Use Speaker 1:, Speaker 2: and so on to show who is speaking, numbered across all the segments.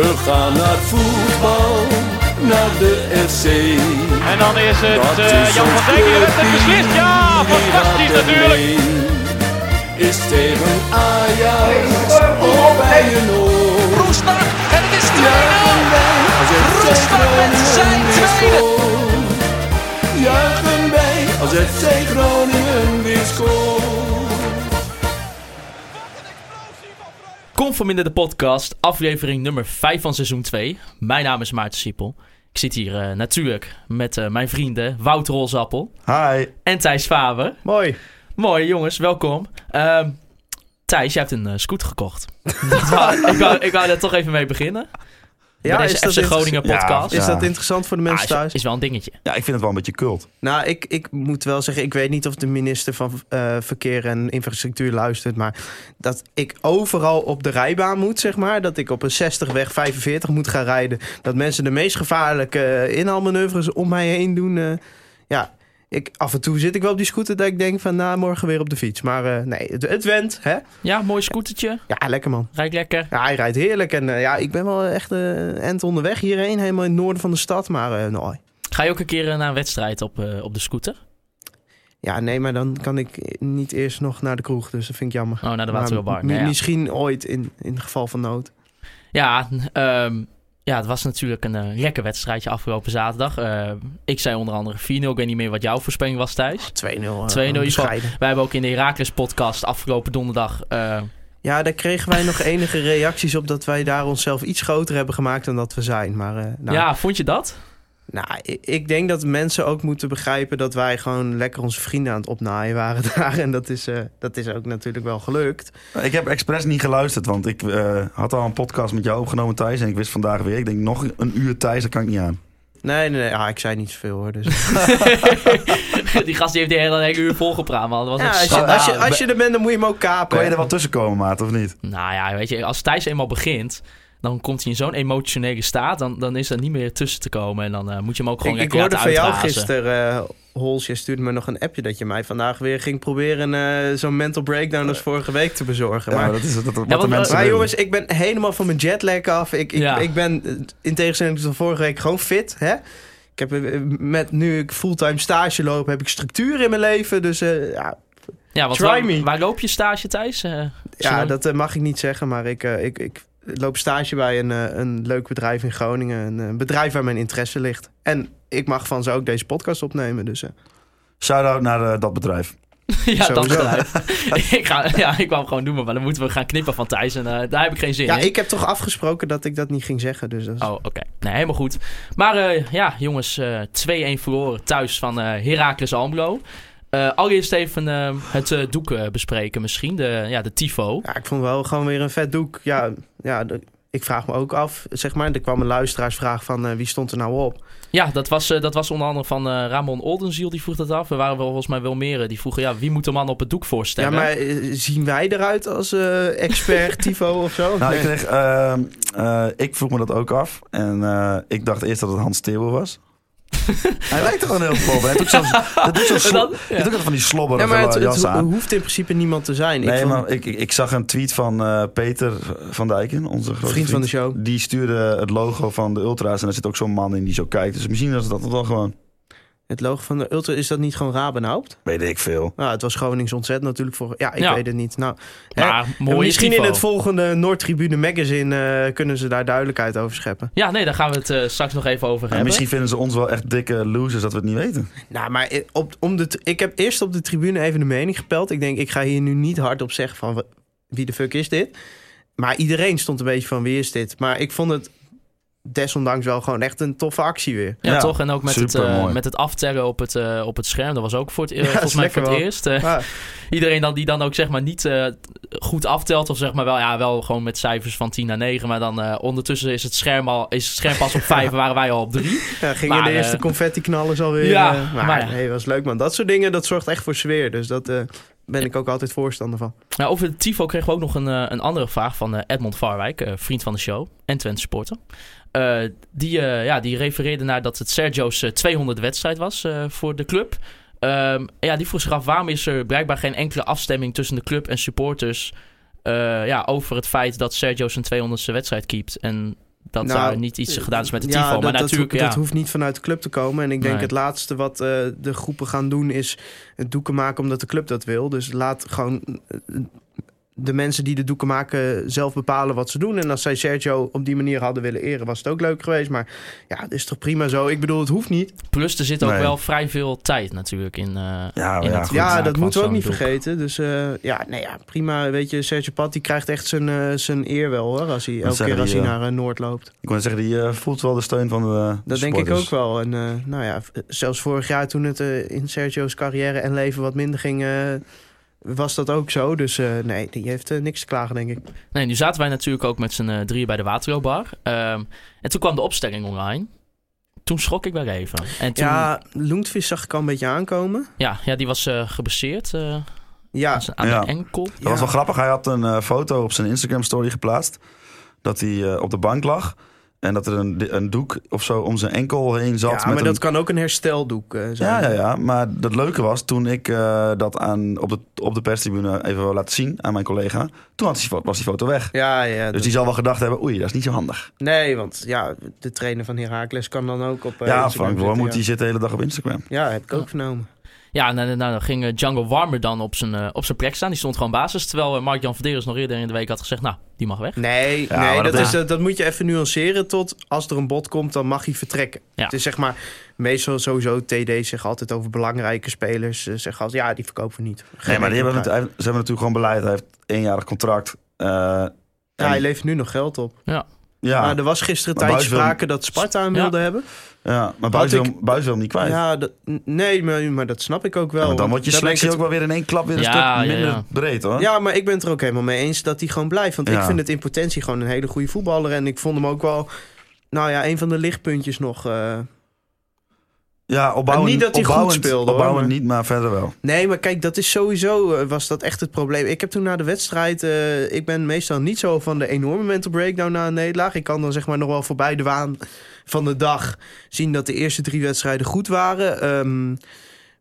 Speaker 1: We gaan naar voetbal, naar de FC.
Speaker 2: En dan is het
Speaker 1: Dat
Speaker 2: eh,
Speaker 1: is
Speaker 2: Jan
Speaker 1: ons
Speaker 2: van Dijk die de wedstrijd
Speaker 1: clubteam,
Speaker 2: beslist. Ja,
Speaker 1: die
Speaker 2: fantastisch
Speaker 1: gaat ermee.
Speaker 2: natuurlijk.
Speaker 1: Is tegen Ajax op bij een oor.
Speaker 3: Roestak en het is 2-0.
Speaker 1: Juichen
Speaker 2: nou,
Speaker 1: wij als FC
Speaker 3: Roestak met zijn
Speaker 1: Groningen
Speaker 3: tweede.
Speaker 1: scoort. Juichen wij als FC Groningen weer scoort.
Speaker 4: Kom voor minder de podcast, aflevering nummer 5 van seizoen 2. Mijn naam is Maarten Siepel. Ik zit hier eh, natuurlijk met eh, mijn vrienden Wouter Rolzappel
Speaker 5: Hi.
Speaker 4: en Thijs Faber.
Speaker 5: Mooi.
Speaker 4: Mooi jongens, welkom. Ehm, Thijs, jij hebt een eh, scooter gekocht. Dat wou- ik, wou, ik wou daar toch even mee beginnen. Ja, Bij deze FC Groningen
Speaker 5: inter-
Speaker 4: podcast.
Speaker 5: Ja,
Speaker 4: Ja,
Speaker 6: Is dat interessant voor de mensen
Speaker 4: is,
Speaker 6: thuis?
Speaker 4: is wel een dingetje.
Speaker 5: Ja, ik vind het wel een beetje cult.
Speaker 6: Nou, ik, ik moet wel zeggen, ik weet niet of de minister van eh, Verkeer en Infrastructuur luistert, maar dat ik overal op de rijbaan moet, zeg maar. Dat ik op een 60 weg 45 moet gaan rijden. Dat mensen de meest gevaarlijke eh, inhaalmanoeuvres om mij heen doen. eh, ja, ik, af en toe zit ik wel op die scooter dat ik denk van, nou, morgen weer op de fiets. Maar eh, nee, het, het went, hè?
Speaker 4: Ja, mooi scootertje.
Speaker 6: Ja, lekker man.
Speaker 4: Rijdt lekker.
Speaker 6: Ja, hij rijdt heerlijk en eh, ja, ik ben wel echt eh end onderweg hierheen, helemaal in het noorden van de stad, maar eh nou,
Speaker 4: Ga je ook een keer eh, naar een wedstrijd op, eh, op de scooter?
Speaker 6: Ja, nee, maar dan kan ik niet eerst nog naar de kroeg. Dus dat vind ik jammer.
Speaker 4: Oh, naar de
Speaker 6: Maar
Speaker 4: Waterwilbar.
Speaker 6: mi-
Speaker 4: Nou ja.
Speaker 6: Misschien ooit in, in geval van nood.
Speaker 4: Ja, ehm, ja, het was natuurlijk een eh, lekker wedstrijdje afgelopen zaterdag. Eh, ik zei onder andere 4-0. Ik weet niet meer wat jouw voorspelling was, Thijs.
Speaker 6: 2-0. eh,
Speaker 4: 2-0 is wel-
Speaker 6: bescheiden.
Speaker 4: Wij hebben ook in de Herakles podcast afgelopen donderdag... eh,
Speaker 6: Nou. Ja, daar kregen wij nog enige reacties op dat wij daar onszelf iets groter hebben gemaakt dan dat we zijn. Maar eh, nou,
Speaker 4: Ja, vond je dat?
Speaker 6: nou, ik, ik denk dat mensen ook moeten begrijpen dat wij gewoon lekker onze vrienden aan het opnaaien waren daar. En dat is, eh, dat is ook natuurlijk wel gelukt.
Speaker 5: Ik heb expres niet geluisterd, want ik eh, had al een podcast met jou opgenomen, Thijs. En ik wist vandaag weer, ik denk nog een uur Thijs, dat kan ik niet aan.
Speaker 6: Nee, nee, nee. Ah, ik zei niet zoveel hoor. Dus.
Speaker 4: die gast die heeft de hele, hele uur volgepraat, man. Dat was
Speaker 6: Ja,
Speaker 4: echt
Speaker 6: als,
Speaker 4: zo-
Speaker 6: je, als, je, als je er bent, dan moet je hem ook kapen.
Speaker 5: Kon je er wel tussen komen, maat, of niet?
Speaker 4: Nou ja, weet je, als Thijs eenmaal begint... dan komt hij in zo'n emotionele staat... dan, dan is er niet meer tussen te komen. En dan eh, moet je hem ook gewoon
Speaker 6: Ik, ik
Speaker 4: lekker
Speaker 6: hoorde
Speaker 4: laten
Speaker 6: van jou
Speaker 4: uitrazen.
Speaker 6: gisteren, eh Hols, je stuurde me nog een appje dat je mij vandaag weer ging proberen eh, zo'n mental breakdown als vorige week te bezorgen.
Speaker 5: Ja,
Speaker 6: maar,
Speaker 5: maar dat is dat, dat- wat
Speaker 4: want-
Speaker 5: de mensen
Speaker 6: maar
Speaker 5: doen.
Speaker 6: jongens, ik ben helemaal van mijn jetlag af. Ik, ik,
Speaker 4: Ja.
Speaker 6: ik ben eh, in tegenstelling tot vorige week gewoon fit, hè? Ik heb eh, met nu ik fulltime stage loop, heb ik structuur in mijn leven. Dus eh, ja,
Speaker 4: Ja, want
Speaker 6: Try
Speaker 4: waar,
Speaker 6: me.
Speaker 4: waar loop je stage, Thijs? Eh,
Speaker 6: ja,
Speaker 4: zullen-
Speaker 6: dat eh, mag ik niet zeggen, maar ik, eh, ik, ik loop stage bij een, eh, een leuk bedrijf in Groningen. Een, eh, bedrijf waar mijn interesse ligt. En ik mag van ze ook deze podcast opnemen, dus... eh,
Speaker 5: Shout-out naar eh, dat bedrijf.
Speaker 4: Ja, dat
Speaker 6: Sowieso.
Speaker 4: geluid. ik, ga, ja, ik wou hem gewoon doen, maar dan moeten we gaan knippen van Thijs. En eh, daar heb ik geen zin
Speaker 6: Ja,
Speaker 4: in.
Speaker 6: ik heb toch afgesproken dat ik dat niet ging zeggen. Dus dat is-
Speaker 4: Oh, oké. Nee, helemaal goed. Maar eh, ja, jongens, eh 2-1 verloren thuis van eh Heracles Almelo. Eh, allereerst even eh, het eh, doek eh, bespreken misschien. De, ja, de tifo.
Speaker 6: ja, ik vond wel gewoon weer een vet doek. Ja, ja de- ik vraag me ook af, zeg maar. Er kwam een luisteraarsvraag van eh, wie stond er nou op?
Speaker 4: Ja, dat was, eh, dat was onder andere van eh, Ramon Oldenziel, die vroeg dat af. Er waren wel volgens mij wel meer eh, die vroegen, ja, wie moet de man op het doek
Speaker 6: Ja,
Speaker 4: voorstellen?
Speaker 6: maar eh, zien wij eruit als eh, expert Tivo of zo?
Speaker 5: Nou, ik,
Speaker 6: Nee.
Speaker 5: kreeg, ehm, eh, ik vroeg me dat ook af. En eh, ik dacht eerst dat het Hans Teeuwen was. Hij lijkt er gewoon heel veel op. Hij heeft ook zo'n- dat doet zo'n
Speaker 4: En dan-
Speaker 5: slo- hij heeft ook van die slobberige
Speaker 6: Ja, maar het, het
Speaker 5: jas aan.
Speaker 6: ho- hoeft in principe niemand te zijn. ik
Speaker 5: Nee,
Speaker 6: vond-
Speaker 5: maar ik, ik, ik zag een tweet van eh, Peter van Dijken, onze grote vriend,
Speaker 6: Vriend van de show.
Speaker 5: Die stuurde het logo van de Ultra's en daar zit ook zo'n man in die zo kijkt. Dus misschien is dat wel gewoon,
Speaker 6: Het logo van de Ultra, is dat niet gewoon Rabenhaupt?
Speaker 5: weet ik veel.
Speaker 6: Nou, het was Gronings ontzet natuurlijk voor... Ja, ik
Speaker 4: Ja.
Speaker 6: weet het niet. Nou, hè,
Speaker 4: maar mooie
Speaker 6: misschien
Speaker 4: tifo.
Speaker 6: in het volgende Noordtribune magazine eh, kunnen ze daar duidelijkheid over scheppen.
Speaker 4: Ja, nee, daar gaan we het eh, straks nog even over
Speaker 5: En
Speaker 4: hebben.
Speaker 5: misschien vinden ze ons wel echt dikke losers dat we het niet weten.
Speaker 6: Nou, maar i- op, om de, t- ik heb eerst op de tribune even de mening gepeld. Ik denk, ik ga hier nu niet hardop zeggen van w- wie de fuck is dit. Maar iedereen stond een beetje van wie is dit. Maar ik vond het desondanks wel gewoon echt een toffe actie weer.
Speaker 4: Ja,
Speaker 5: Ja,
Speaker 4: toch? En ook met het, eh,
Speaker 5: supermooi.
Speaker 4: met het aftellen op het, eh, op het scherm. Dat was ook voor het, eh,
Speaker 6: dat
Speaker 4: volgens
Speaker 6: is
Speaker 4: mij voor
Speaker 6: lekker
Speaker 4: het
Speaker 6: wel.
Speaker 4: eerst. Eh,
Speaker 6: Ja,
Speaker 4: iedereen dan, die dan ook zeg maar niet eh, goed aftelt. Of zeg maar wel, ja, wel gewoon met cijfers van 10 naar 9. Maar dan eh, ondertussen is het, scherm al, is het scherm pas op 5 en waren wij al op 3.
Speaker 6: ja, gingen
Speaker 4: Maar,
Speaker 6: de eerste
Speaker 4: eh,
Speaker 6: confetti knallen alweer.
Speaker 4: ja,
Speaker 6: Ja, maar
Speaker 4: maar ja.
Speaker 6: nee, was leuk man. Dat soort dingen, dat zorgt echt voor sfeer. Dus dat eh, ben ik ook altijd voorstander van.
Speaker 4: Nou, over de Tifo kregen we ook nog een, eh, een andere vraag van eh, Edmond Varwijk, eh, vriend van de show en Twente supporter. Eh, die, eh, ja, die refereerde naar dat het Sergio's eh, 200 wedstrijd was eh, voor de club. Ehm, en ja, die vroeg zich af waarom is er blijkbaar geen enkele afstemming tussen de club en supporters eh, ja, over het feit dat Sergio zijn 200ste wedstrijd keept. En dat
Speaker 6: Nou,
Speaker 4: daar niet iets gedaan is met de
Speaker 6: ja,
Speaker 4: tifo.
Speaker 6: dat,
Speaker 4: maar
Speaker 6: dat
Speaker 4: natuurlijk,
Speaker 6: ho-
Speaker 4: ja.
Speaker 6: dat hoeft niet vanuit de club te komen. En ik denk
Speaker 4: Nee.
Speaker 6: het laatste wat eh, de groepen gaan doen is het doeken maken omdat de club dat wil. Dus laat gewoon eh, de mensen die de doeken maken zelf bepalen wat ze doen. En als zij Sergio op die manier hadden willen eren, was het ook leuk geweest. Maar ja, het is toch prima zo. Ik bedoel, het hoeft niet.
Speaker 4: Plus er zit ook
Speaker 5: Nee.
Speaker 4: wel vrij veel tijd natuurlijk in, eh,
Speaker 5: Ja,
Speaker 4: in
Speaker 5: ja,
Speaker 4: het
Speaker 5: goed.
Speaker 6: ja,
Speaker 4: maken
Speaker 6: dat
Speaker 4: van
Speaker 6: moeten we
Speaker 4: zo'n
Speaker 6: ook niet
Speaker 4: doek.
Speaker 6: vergeten. Dus eh, ja, nee, ja, prima. Weet je, Sergio Pat die krijgt echt zijn, eh, zijn eer wel hoor. Als hij, elke
Speaker 5: zeggen
Speaker 6: keer als
Speaker 5: die,
Speaker 6: hij
Speaker 5: eh,
Speaker 6: naar eh, Noord loopt.
Speaker 5: Ik wil zeggen, die eh, voelt wel de steun van de eh,
Speaker 6: Dat denk ik
Speaker 5: supporters.
Speaker 6: ook wel. En eh, nou ja, v- zelfs vorig jaar toen het eh, in Sergio's carrière en leven wat minder ging, eh, was dat ook zo. Dus eh, nee, die heeft eh, niks te klagen, denk ik.
Speaker 4: Nee, nu zaten wij natuurlijk ook met z'n eh, drieën bij de Waterloobar. Ehm, en toen kwam de opstelling online. Toen schrok ik wel even. En toen, ja.
Speaker 6: Ja, Loentvis zag ik al een beetje aankomen.
Speaker 4: Ja, die was eh gebaseerd eh,
Speaker 6: Ja,
Speaker 4: aan zijn- aan
Speaker 5: Ja.
Speaker 4: de enkel.
Speaker 5: Dat was wel grappig. Hij had een eh, foto op zijn Instagram-story geplaatst. Dat hij eh, op de bank lag. En dat er een, een doek of zo om zijn enkel heen zat.
Speaker 6: ja
Speaker 5: met
Speaker 6: maar
Speaker 5: een-
Speaker 6: dat kan ook een hersteldoek eh,
Speaker 5: Ja,
Speaker 6: zijn.
Speaker 5: ja, ja, maar het leuke was toen ik eh, dat aan, op, de, op de perstribune even wil laten zien aan mijn collega. Toen had die, fo- was die foto weg.
Speaker 6: Ja, ja,
Speaker 5: Dus
Speaker 6: dat-
Speaker 5: die zal wel gedacht hebben, oei, dat is niet zo handig.
Speaker 6: Nee, want ja, de trainer van Heracles kan dan ook op. eh,
Speaker 5: ja,
Speaker 6: Instagram
Speaker 5: Frank, waarom
Speaker 6: zitten,
Speaker 5: moet
Speaker 6: ja.
Speaker 5: die zitten de hele dag op Instagram?
Speaker 6: Ja, heb ik ook vernomen.
Speaker 4: Ja, nou, nou, nou, dan ging eh, Django Warmer dan op zijn, eh, op zijn plek staan. Die stond gewoon basis. Terwijl eh, Mark-Jan Verderens nog eerder in de week had gezegd... Nou, die mag weg.
Speaker 6: Nee,
Speaker 5: Ja,
Speaker 6: nee
Speaker 5: maar
Speaker 6: dat,
Speaker 5: dat-
Speaker 6: is, dat, dat moet je even nuanceren tot als er een bod komt, dan mag hij vertrekken.
Speaker 4: Ja.
Speaker 6: Het is zeg maar, meestal sowieso, TD zegt altijd over belangrijke spelers. Ze zeggen altijd, ja, die verkopen we niet. Geen
Speaker 5: Nee, maar die
Speaker 6: enkel
Speaker 5: hebben,
Speaker 6: prijs.
Speaker 5: natu- hij- ze hebben natuurlijk gewoon beleid. Hij heeft eenjarig contract. eh,
Speaker 6: Ja, hij levert nu nog geld op.
Speaker 5: ja,
Speaker 6: Maar er was gisteren
Speaker 5: Maar
Speaker 6: tijd
Speaker 5: Buis wil-
Speaker 6: sprake dat Sparta hem
Speaker 4: Ja.
Speaker 6: wilde hebben.
Speaker 5: ja, maar buiten
Speaker 6: ik-
Speaker 5: wil, hem- Buijs wil hem niet kwijt.
Speaker 6: Ja, dat, nee, maar, maar dat snap ik ook wel.
Speaker 5: Ja, want dan wordt je
Speaker 6: Daar ben ik
Speaker 5: selectie
Speaker 6: het-
Speaker 5: ook wel weer in één klap weer een
Speaker 4: Ja,
Speaker 5: stuk
Speaker 4: ja,
Speaker 5: minder
Speaker 4: ja.
Speaker 5: breed hoor.
Speaker 6: Ja, maar ik ben het er ook helemaal mee eens dat hij gewoon blijft. Want ik
Speaker 5: Ja.
Speaker 6: vind het in potentie gewoon een hele goede voetballer. En ik vond hem ook wel, nou ja, een van de lichtpuntjes nog. eh,
Speaker 5: Ja, opbouwend,
Speaker 6: Niet dat hij goed
Speaker 5: opbouwend-
Speaker 6: speelde, hoor,
Speaker 5: Opbouwend
Speaker 6: maar-
Speaker 5: niet, maar verder wel.
Speaker 6: Nee, maar kijk, dat is sowieso eh, was dat echt het probleem. Ik heb toen na de wedstrijd, eh, ik ben meestal niet zo van de enorme mental breakdown na een nederlaag. Ik kan dan zeg maar nog wel voorbij de waan van de dag zien dat de eerste drie wedstrijden goed waren. Ehm,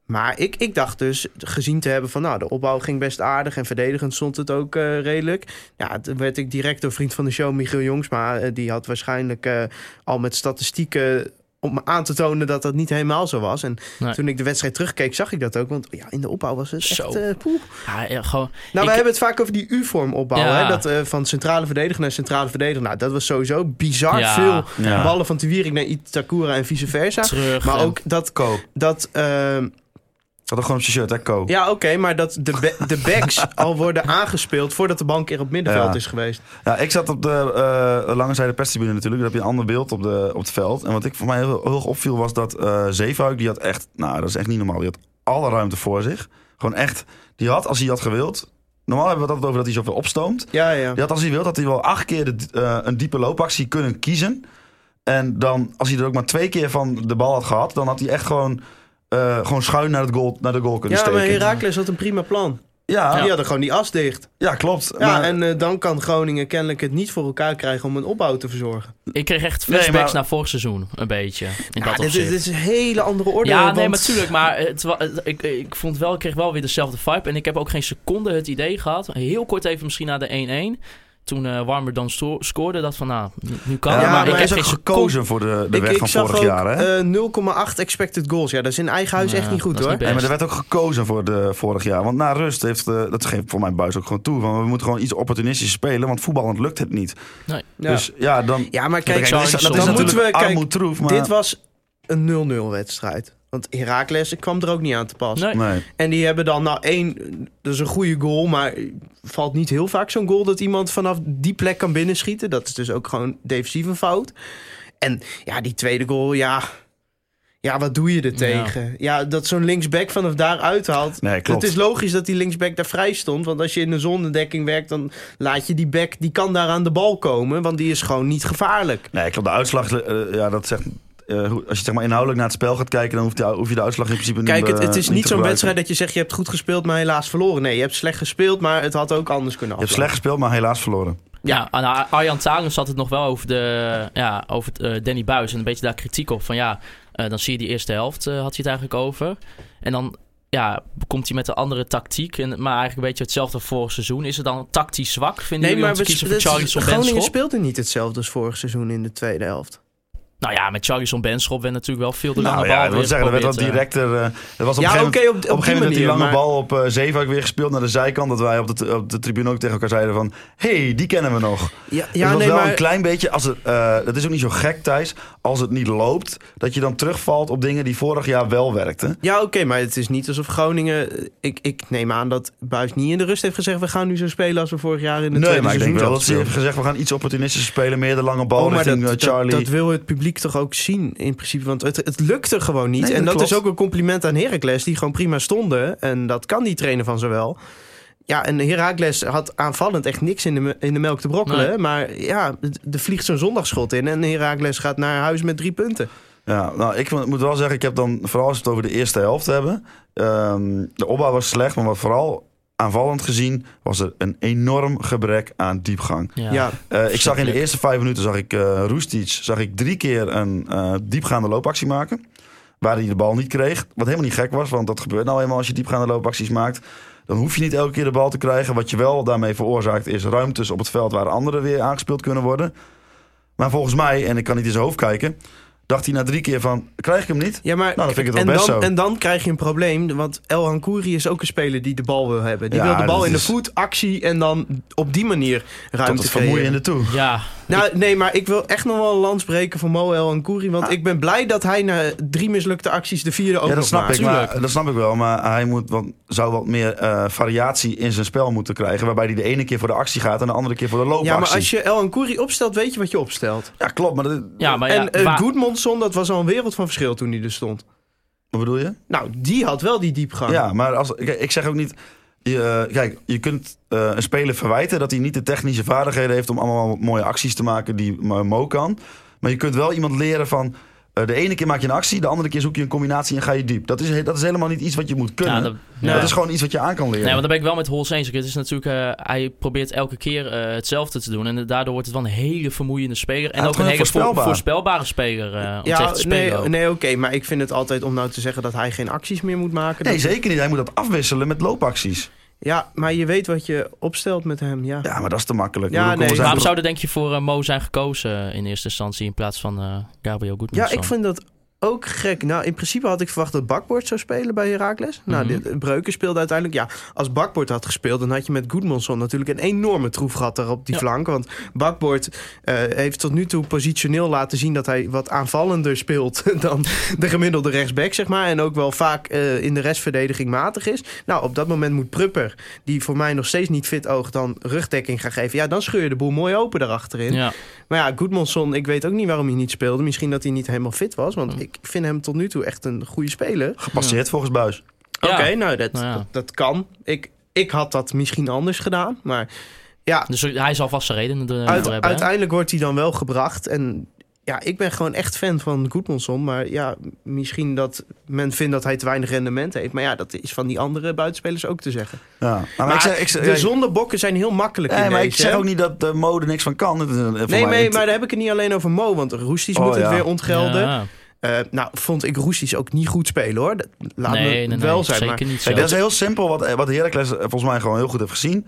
Speaker 6: maar ik, ik dacht dus gezien te hebben van nou, de opbouw ging best aardig en verdedigend stond het ook eh, redelijk. Ja, toen werd ik direct door vriend van de show Michiel Jongsma, eh, die had waarschijnlijk eh, al met statistieken om aan te tonen dat dat niet helemaal zo was. En
Speaker 4: Nee.
Speaker 6: toen ik de wedstrijd terugkeek, zag ik dat ook. Want ja, in de opbouw was het
Speaker 4: Zo.
Speaker 6: echt... eh, poeh.
Speaker 4: Ja, eh, gewoon,
Speaker 6: Nou,
Speaker 4: Ik-
Speaker 6: wij hebben het vaak over die U-vorm opbouw.
Speaker 4: Ja.
Speaker 6: Hè? Dat, eh, van centrale verdediger naar centrale verdediger. Nou, dat was sowieso bizar
Speaker 4: Ja.
Speaker 6: veel.
Speaker 5: Ja.
Speaker 6: Ballen van Tewierik naar Itakura en vice versa.
Speaker 4: terug.
Speaker 6: Maar
Speaker 4: en-
Speaker 6: ook dat...
Speaker 5: Ko.
Speaker 6: dat eh,
Speaker 5: Zat ook gewoon op zijn shirt, hè, Ko.
Speaker 6: ja, oké, maar dat de, ba- de backs al worden aangespeeld... voordat de bank er op middenveld
Speaker 5: Ja.
Speaker 6: is geweest.
Speaker 5: Ja, ik zat op de eh, lange zijde perstribune natuurlijk. Daar heb je een ander beeld op, de, op het veld. En wat ik voor mij heel, heel erg opviel was dat eh Zeefuik, die had echt... Nou, dat is echt niet normaal. Die had alle ruimte voor zich. Gewoon echt. Die had, als hij had gewild... Normaal hebben we het altijd over dat hij zoveel opstoomt.
Speaker 6: Ja, ja.
Speaker 5: Die had, als hij wil, dat hij wel acht keer de- eh, een diepe loopactie kunnen kiezen. En dan, als hij er ook maar twee keer van de bal had gehad... dan had hij echt gewoon, eh, gewoon schuin naar, het goal, naar de goal kunnen
Speaker 6: Ja, maar
Speaker 5: steken.
Speaker 6: Heracles had een prima plan.
Speaker 5: ja,
Speaker 6: Die
Speaker 5: ja.
Speaker 6: hadden gewoon die as dicht.
Speaker 5: klopt.
Speaker 6: Ja,
Speaker 5: Maar-
Speaker 6: en eh, dan kan Groningen kennelijk het niet voor elkaar krijgen... om een opbouw te verzorgen.
Speaker 4: Ik kreeg echt flashbacks
Speaker 5: Nee, maar-
Speaker 4: naar vorig seizoen, een beetje. In
Speaker 6: Ja,
Speaker 4: dat
Speaker 6: dit,
Speaker 4: opzicht.
Speaker 6: dit is een hele andere orde.
Speaker 4: Ja,
Speaker 6: want-
Speaker 4: nee, maar natuurlijk. Maar het, wa- het- ik, ik vond wel, ik kreeg wel weer dezelfde vibe. En ik heb ook geen seconde het idee gehad. Heel kort even misschien na de 1-1. Toen eh Warmer dan sto- scoorde, dat van nou, nu- nu kan
Speaker 5: Ja,
Speaker 4: het.
Speaker 6: maar
Speaker 5: maar,
Speaker 6: hij
Speaker 5: ik
Speaker 4: heb
Speaker 5: heb ook
Speaker 4: geen
Speaker 5: gekozen voor de, de
Speaker 6: Ik-
Speaker 5: weg
Speaker 6: ik
Speaker 5: van
Speaker 6: zag
Speaker 5: vorig
Speaker 6: ook,
Speaker 5: jaar, hè?
Speaker 6: eh, 0,8 expected goals. Ja, dat is in eigen huis
Speaker 4: Ja,
Speaker 6: echt niet goed
Speaker 4: dat is
Speaker 6: hoor.
Speaker 4: niet
Speaker 5: Nee, maar er werd ook gekozen voor de vorig jaar. Want na rust heeft, eh, dat geeft voor mij buis ook gewoon toe. Want we moeten gewoon iets opportunistisch spelen, want voetballend lukt het niet.
Speaker 6: ja.
Speaker 5: Dus ja, dan...
Speaker 6: ja, maar kijk,
Speaker 5: Kijk,
Speaker 4: zo-
Speaker 5: dat is, dat
Speaker 4: dan
Speaker 5: is
Speaker 4: moeten
Speaker 5: natuurlijk
Speaker 6: we- kijk,
Speaker 5: armoedtroef, maar...
Speaker 6: dit was een 0-0 wedstrijd. Want Heracles kwam er ook niet aan te pas.
Speaker 4: Nee.
Speaker 5: Nee,
Speaker 6: En die hebben dan nou één, dat is een goede goal, maar valt niet heel vaak zo'n goal dat iemand vanaf die plek kan binnenschieten. Dat is dus ook gewoon defensief een fout. En ja, die tweede goal, ja, ja wat doe je er tegen? Ja, dat zo'n linksback vanaf daar uithaalt.
Speaker 5: Nee, klopt.
Speaker 6: Het is logisch dat die linksback daar vrij stond, want als je in de zonnedekking werkt, dan laat je die back, die kan daar aan de bal komen, want die is gewoon niet gevaarlijk.
Speaker 5: nee klopt. De uitslag, eh, ja, dat zegt... eh, hoe- als je zeg maar inhoudelijk naar het spel gaat kijken, dan hoef je, hoef je de uitslag in principe
Speaker 6: Kijk,
Speaker 5: niet
Speaker 6: het, het is
Speaker 5: eh,
Speaker 6: niet
Speaker 5: te
Speaker 6: zo'n
Speaker 5: gebruiken.
Speaker 6: wedstrijd dat je zegt je hebt goed gespeeld, maar helaas verloren. Nee, je hebt slecht gespeeld, maar het had ook anders kunnen
Speaker 5: Je hebt
Speaker 6: aflopen.
Speaker 5: slecht gespeeld, maar helaas verloren.
Speaker 4: Ja, en Ar- Arjan Talens had het nog wel over, de, ja, over eh, Danny Buis. En een beetje daar kritiek op. Van ja, eh, dan zie je die eerste helft, eh, had hij het eigenlijk over. En dan ja, komt hij met een andere tactiek. En, maar eigenlijk een beetje hetzelfde vorig seizoen. Is het dan tactisch zwak? Vinden
Speaker 6: Nee,
Speaker 4: jullie
Speaker 6: maar
Speaker 4: om te
Speaker 6: we,
Speaker 4: kiezen
Speaker 6: dat
Speaker 4: voor
Speaker 6: is-
Speaker 4: Charlison
Speaker 6: Groningen
Speaker 4: Benschop?
Speaker 6: speelde niet hetzelfde als vorig seizoen in de tweede helft.
Speaker 4: Nou ja, met Charlison Benschop werd natuurlijk wel veel de lange
Speaker 5: Nou
Speaker 4: bal
Speaker 5: ja, ik wil
Speaker 4: weer
Speaker 5: zeggen, er werd wat
Speaker 4: geprobeerd, eh.
Speaker 5: directer. eh, er was op
Speaker 6: Ja,
Speaker 5: een gegeven moment,
Speaker 6: oké, op-
Speaker 5: op,
Speaker 6: op
Speaker 5: een gegeven
Speaker 6: die
Speaker 5: moment die lange
Speaker 6: manier, maar-
Speaker 5: bal op eh Zeven ook weer gespeeld naar de zijkant. Dat wij op de, t- op de tribune ook tegen elkaar zeiden van... Hé, hey, die kennen we nog.
Speaker 6: Ja,
Speaker 5: het
Speaker 6: ja
Speaker 5: was
Speaker 6: nee,
Speaker 5: wel
Speaker 6: maar...
Speaker 5: een klein beetje... Als het, eh, dat is ook niet zo gek, Thijs. Als het niet loopt, dat je dan terugvalt op dingen die vorig jaar wel werkten.
Speaker 6: Ja, oké, maar het is niet alsof Groningen... Ik, ik neem aan dat Buis niet in de rust heeft gezegd... we gaan nu zo spelen als we vorig jaar in het
Speaker 5: Nee,
Speaker 6: tweede
Speaker 5: maar ik denk
Speaker 6: seizoen
Speaker 5: wel
Speaker 6: zouden
Speaker 5: dat ze
Speaker 6: spelen.
Speaker 5: heeft gezegd... we gaan iets opportunistischer spelen, meer de lange bal
Speaker 6: Oh, maar
Speaker 5: richting eh,
Speaker 6: dat, dat-
Speaker 5: Charlie.
Speaker 6: Dat, wil het publiek toch ook zien in principe. Want het, het lukte gewoon niet.
Speaker 5: Nee,
Speaker 6: en
Speaker 5: dat
Speaker 6: dat
Speaker 5: klopt.
Speaker 6: is ook een compliment aan Heracles. Die gewoon prima stonden. En dat kan die trainer van ze wel. Ja, en Heracles had aanvallend echt niks in de, me- in de melk te brokkelen.
Speaker 4: Nee.
Speaker 6: Maar ja, d- er vliegt zo'n zondagschot in. En Heracles gaat naar huis met drie punten.
Speaker 5: Ja, nou, ik moet wel zeggen, ik heb dan, vooral als we het over de eerste helft hebben. ehm, de opbouw was slecht, maar wat vooral aanvallend gezien was er een enorm gebrek aan diepgang.
Speaker 6: Ja,
Speaker 4: Ja.
Speaker 5: Eh, ik zag in de
Speaker 4: Verschrikkelijk.
Speaker 5: eerste vijf minuten, zag ik eh Roestic, zag ik drie keer een eh, diepgaande loopactie maken. Waar hij de bal niet kreeg. Wat helemaal niet gek was, want dat gebeurt nou eenmaal als je diepgaande loopacties maakt. Dan hoef je niet elke keer de bal te krijgen. Wat je wel daarmee veroorzaakt is ruimtes op het veld waar anderen weer aangespeeld kunnen worden. Maar volgens mij, en ik kan niet in zijn hoofd kijken, dacht hij na drie keer van, krijg ik hem niet?
Speaker 6: Ja, maar,
Speaker 5: Nou, dan vind ik het wel
Speaker 6: en,
Speaker 5: best
Speaker 6: dan,
Speaker 5: zo.
Speaker 6: en dan krijg je een probleem. Want El Hankouri is ook een speler die de bal wil hebben. Die
Speaker 5: Ja,
Speaker 6: wil de bal
Speaker 5: dat
Speaker 6: in de
Speaker 5: is-
Speaker 6: voet, actie en dan op die manier ruimte
Speaker 5: Tot het
Speaker 6: creëren.
Speaker 5: vermoeiende toe.
Speaker 4: Ja,
Speaker 6: Nou, nee, maar ik wil echt nog wel een lans breken voor Moel en Koeri. Want
Speaker 5: Ah.
Speaker 6: ik ben blij dat hij na drie mislukte acties de vierde ook
Speaker 5: Ja, dat
Speaker 6: nog
Speaker 5: snap,
Speaker 6: maakt.
Speaker 5: ik, maar, eh, dat snap ik wel. Maar hij moet wat, zou wat meer eh, variatie in zijn spel moeten krijgen. Waarbij hij de ene keer voor de actie gaat en de andere keer voor de loopactie.
Speaker 6: Ja, maar als je El Koeri opstelt, weet je wat je opstelt.
Speaker 5: Ja, klopt. Maar dat-
Speaker 4: ja, maar ja,
Speaker 6: en eh
Speaker 4: waar-
Speaker 6: Goedmondson, dat was al een wereld van verschil toen hij er stond.
Speaker 5: wat bedoel je?
Speaker 6: Nou, die had wel die
Speaker 4: Ah.
Speaker 6: diepgang.
Speaker 5: Ja, maar als, kijk, ik zeg ook niet... Je, eh, kijk, je kunt eh, een speler verwijten dat hij niet de technische vaardigheden heeft... om allemaal mooie acties te maken die Mo- Mo kan. Maar je kunt wel iemand leren van... eh, de ene keer maak je een actie, de andere keer zoek je een combinatie en ga je diep. Dat is, he- dat is helemaal niet iets wat je moet kunnen.
Speaker 4: ja,
Speaker 5: dat,
Speaker 4: dat-
Speaker 6: Nee.
Speaker 4: ja.
Speaker 5: is gewoon iets wat je aan kan leren.
Speaker 4: Nee, want daar ben ik wel met Hols eens. Het is natuurlijk, eh, hij probeert elke keer eh, hetzelfde te doen. En daardoor wordt het wel een hele vermoeiende speler. En
Speaker 5: Ja,
Speaker 4: ook een
Speaker 5: gewoon
Speaker 4: hele
Speaker 5: voorspelbaar.
Speaker 4: vo- voorspelbare speler eh, om tegen
Speaker 6: Ja,
Speaker 4: te spelen.
Speaker 6: nee,
Speaker 4: ook.
Speaker 6: nee oké, maar ik vind het altijd om nou te zeggen dat hij geen acties meer moet maken.
Speaker 5: Nee,
Speaker 6: dat-
Speaker 5: zeker niet. Hij moet dat afwisselen met loopacties.
Speaker 6: Ja, maar je weet wat je opstelt met hem, ja.
Speaker 5: Ja, maar dat is te makkelijk.
Speaker 6: Ja,
Speaker 5: Ik bedoel, kom,
Speaker 6: nee.
Speaker 5: we zijn
Speaker 4: Waarom
Speaker 5: voor-
Speaker 4: zou er denk je voor eh, Mo zijn gekozen eh, in eerste instantie in plaats van eh, Gabriel Goodman?
Speaker 6: Ja, ik vind dat ook gek. Nou, in principe had ik verwacht dat Bakboord zou spelen bij Heracles. Nou,
Speaker 4: Mhm.
Speaker 6: dit, Breuken speelde uiteindelijk. Ja, als Bakboord had gespeeld, dan had je met Goodmanson natuurlijk een enorme troef gehad daar op die
Speaker 4: Ja.
Speaker 6: flank. Want Bakboord eh, heeft tot nu toe positioneel laten zien dat hij wat aanvallender speelt dan de gemiddelde rechtsback, zeg maar. En ook wel vaak eh, in de restverdediging matig is. Nou, op dat moment moet Prupper, die voor mij nog steeds niet fit oogt, dan rugdekking gaan geven. Ja, dan scheur je de boel mooi open daarachterin.
Speaker 4: Ja,
Speaker 6: Maar ja, Goodmanson, ik weet ook niet waarom hij niet speelde. Misschien dat hij niet helemaal fit was.
Speaker 4: Oh.
Speaker 6: Want ik vind hem tot nu toe echt een goede speler.
Speaker 5: Gepasseerd volgens Buis.
Speaker 4: Ja.
Speaker 6: Oké, nou, dat,
Speaker 4: Nou ja.
Speaker 6: dat, dat kan. Ik, ik had dat misschien anders gedaan. Maar ja,
Speaker 4: dus hij zal vast zijn redenen er- eh,
Speaker 6: uit-
Speaker 4: voor hebben. hè?
Speaker 6: uiteindelijk wordt hij dan wel gebracht. En ja, ik ben gewoon echt fan van Goodmanson. Maar ja, misschien dat men vindt dat hij te weinig rendement heeft. Maar ja, dat is van die andere buitenspelers ook te zeggen.
Speaker 5: Ja. Nou, maar
Speaker 6: Maar
Speaker 5: ik zeg, ik zeg,
Speaker 6: de zondebokken zijn heel makkelijk
Speaker 5: nee,
Speaker 6: in
Speaker 5: maar
Speaker 6: deze,
Speaker 5: ik zeg
Speaker 6: hè?
Speaker 5: ook niet dat de mode niks van kan.
Speaker 6: Nee, nee,
Speaker 5: eh,
Speaker 6: maar daar heb ik het niet alleen over Mo. Want Roesties
Speaker 5: Oh,
Speaker 6: moet het
Speaker 5: ja.
Speaker 6: weer ontgelden.
Speaker 4: Ja.
Speaker 6: Eh, nou, vond ik Roesties ook niet goed spelen hoor. Dat, laat
Speaker 4: nee,
Speaker 6: me
Speaker 4: nee, nee,
Speaker 6: wel zijn.
Speaker 4: zeker
Speaker 6: Maar,
Speaker 4: niet
Speaker 5: Kijk, dat
Speaker 4: zelfs.
Speaker 5: is heel simpel wat, wat Heracles eh, volgens mij gewoon heel goed heeft gezien.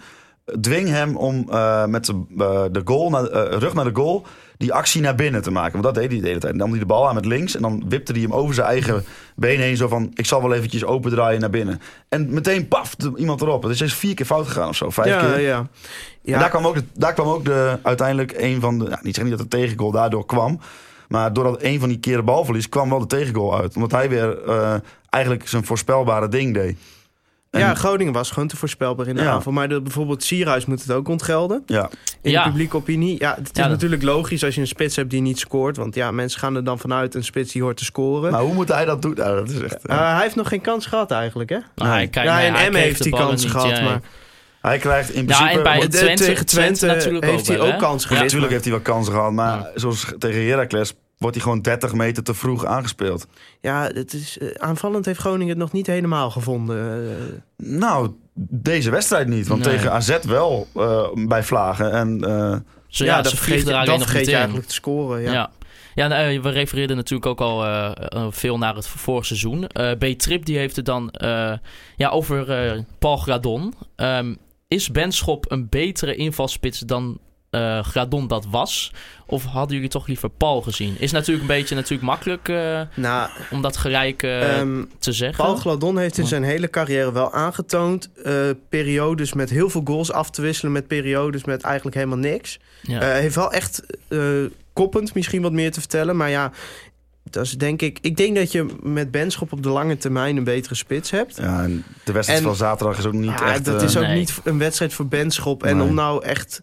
Speaker 5: Dwing hem om eh, met de, eh, de goal naar, eh, rug naar de goal die actie naar binnen te maken. Want dat deed hij de hele tijd. Dan nam hij de bal aan met links en dan wipte hij hem over zijn eigen been heen. Zo van, ik zal wel eventjes opendraaien naar binnen. En meteen paf, de- iemand erop. Het is eens vier keer fout gegaan of zo. Vijf
Speaker 6: ja,
Speaker 5: keer.
Speaker 6: ja.
Speaker 5: En daar
Speaker 6: Ja,
Speaker 5: kwam ook, de, daar kwam ook de, uiteindelijk een van de... Nou, niet zeg niet dat de tegengoal daardoor kwam. Maar doordat een van die keren balverlies kwam wel de tegengoal uit. Omdat hij weer eh, eigenlijk zijn voorspelbare ding deed. En-
Speaker 6: ja, Groningen was gewoon te voorspelbaar in de
Speaker 5: Ja.
Speaker 6: aanval. Maar de, bijvoorbeeld Sierhuis moet het ook ontgelden.
Speaker 5: Ja.
Speaker 6: In
Speaker 4: Ja.
Speaker 6: de publieke opinie. Ja, het is
Speaker 4: Ja, dat-
Speaker 6: natuurlijk logisch als je een spits hebt die niet scoort. Want ja, mensen gaan er dan vanuit een spits die hoort te scoren.
Speaker 5: Maar hoe moet hij dat doen? Nou, dat is echt, eh,
Speaker 6: Eh, hij heeft nog geen kans gehad eigenlijk, hè?
Speaker 4: Nou, hij kijkt-
Speaker 6: ja,
Speaker 4: nee,
Speaker 6: in
Speaker 4: hij
Speaker 6: Emmen
Speaker 4: kreeg
Speaker 6: heeft
Speaker 4: de
Speaker 6: hij
Speaker 4: ballen
Speaker 6: kansen
Speaker 4: niet,
Speaker 6: gehad.
Speaker 4: ja.
Speaker 6: maar
Speaker 5: hij krijgt
Speaker 4: Nou,
Speaker 5: in principe...
Speaker 4: en bij
Speaker 5: want-
Speaker 4: Twente,
Speaker 6: tegen Twente,
Speaker 4: Twente natuurlijk
Speaker 6: heeft hij
Speaker 4: ook wel,
Speaker 6: ook
Speaker 4: hè?
Speaker 6: kansen
Speaker 4: Ja.
Speaker 6: gehad.
Speaker 5: natuurlijk
Speaker 6: maar-
Speaker 5: heeft hij wel kansen gehad. Maar zoals tegen Heracles wordt hij gewoon 30 meter te vroeg aangespeeld.
Speaker 6: Ja, het is, eh, aanvallend heeft Groningen het nog niet helemaal gevonden. eh.
Speaker 5: Nou, deze wedstrijd niet. Want
Speaker 4: Nee.
Speaker 5: tegen AZ wel eh, bij Vlagen. En... eh,
Speaker 4: Zo, ja, ze
Speaker 6: dat vergeet,
Speaker 4: Dus vliegen
Speaker 6: je-
Speaker 4: er alleen
Speaker 6: dat
Speaker 4: nog
Speaker 6: vergeet
Speaker 4: niet
Speaker 6: je
Speaker 4: in.
Speaker 6: eigenlijk te scoren.
Speaker 4: Ja.
Speaker 6: Ja.
Speaker 4: Ja, nou, eh, we refereerden natuurlijk ook al eh, eh, veel naar het vorig seizoen. Eh B-Trip die heeft het dan eh, ja, over eh, Paul Gradon. Ehm, is Benschop een betere invalspits dan eh, Gradon dat was? Of hadden jullie toch liever Paul gezien? Is natuurlijk een beetje natuurlijk makkelijk eh,
Speaker 6: Nou,
Speaker 4: om dat gelijk eh,
Speaker 6: ehm,
Speaker 4: te zeggen.
Speaker 6: Paul Gladon heeft in zijn hele carrière wel aangetoond... eh, periodes met heel veel goals af te wisselen... met periodes met eigenlijk helemaal niks.
Speaker 4: ja.
Speaker 6: Eh, heeft wel echt eh, koppend misschien wat meer te vertellen. Maar ja, dat is denk ik... Ik denk dat je met Benschop op de lange termijn een betere spits hebt.
Speaker 5: Ja, en de wedstrijd
Speaker 6: En-
Speaker 5: van zaterdag is ook niet
Speaker 6: Ja,
Speaker 5: echt...
Speaker 6: dat
Speaker 5: eh,
Speaker 6: is ook
Speaker 4: Nee.
Speaker 6: niet een wedstrijd voor Benschop. En
Speaker 5: Nee.
Speaker 6: om nou echt...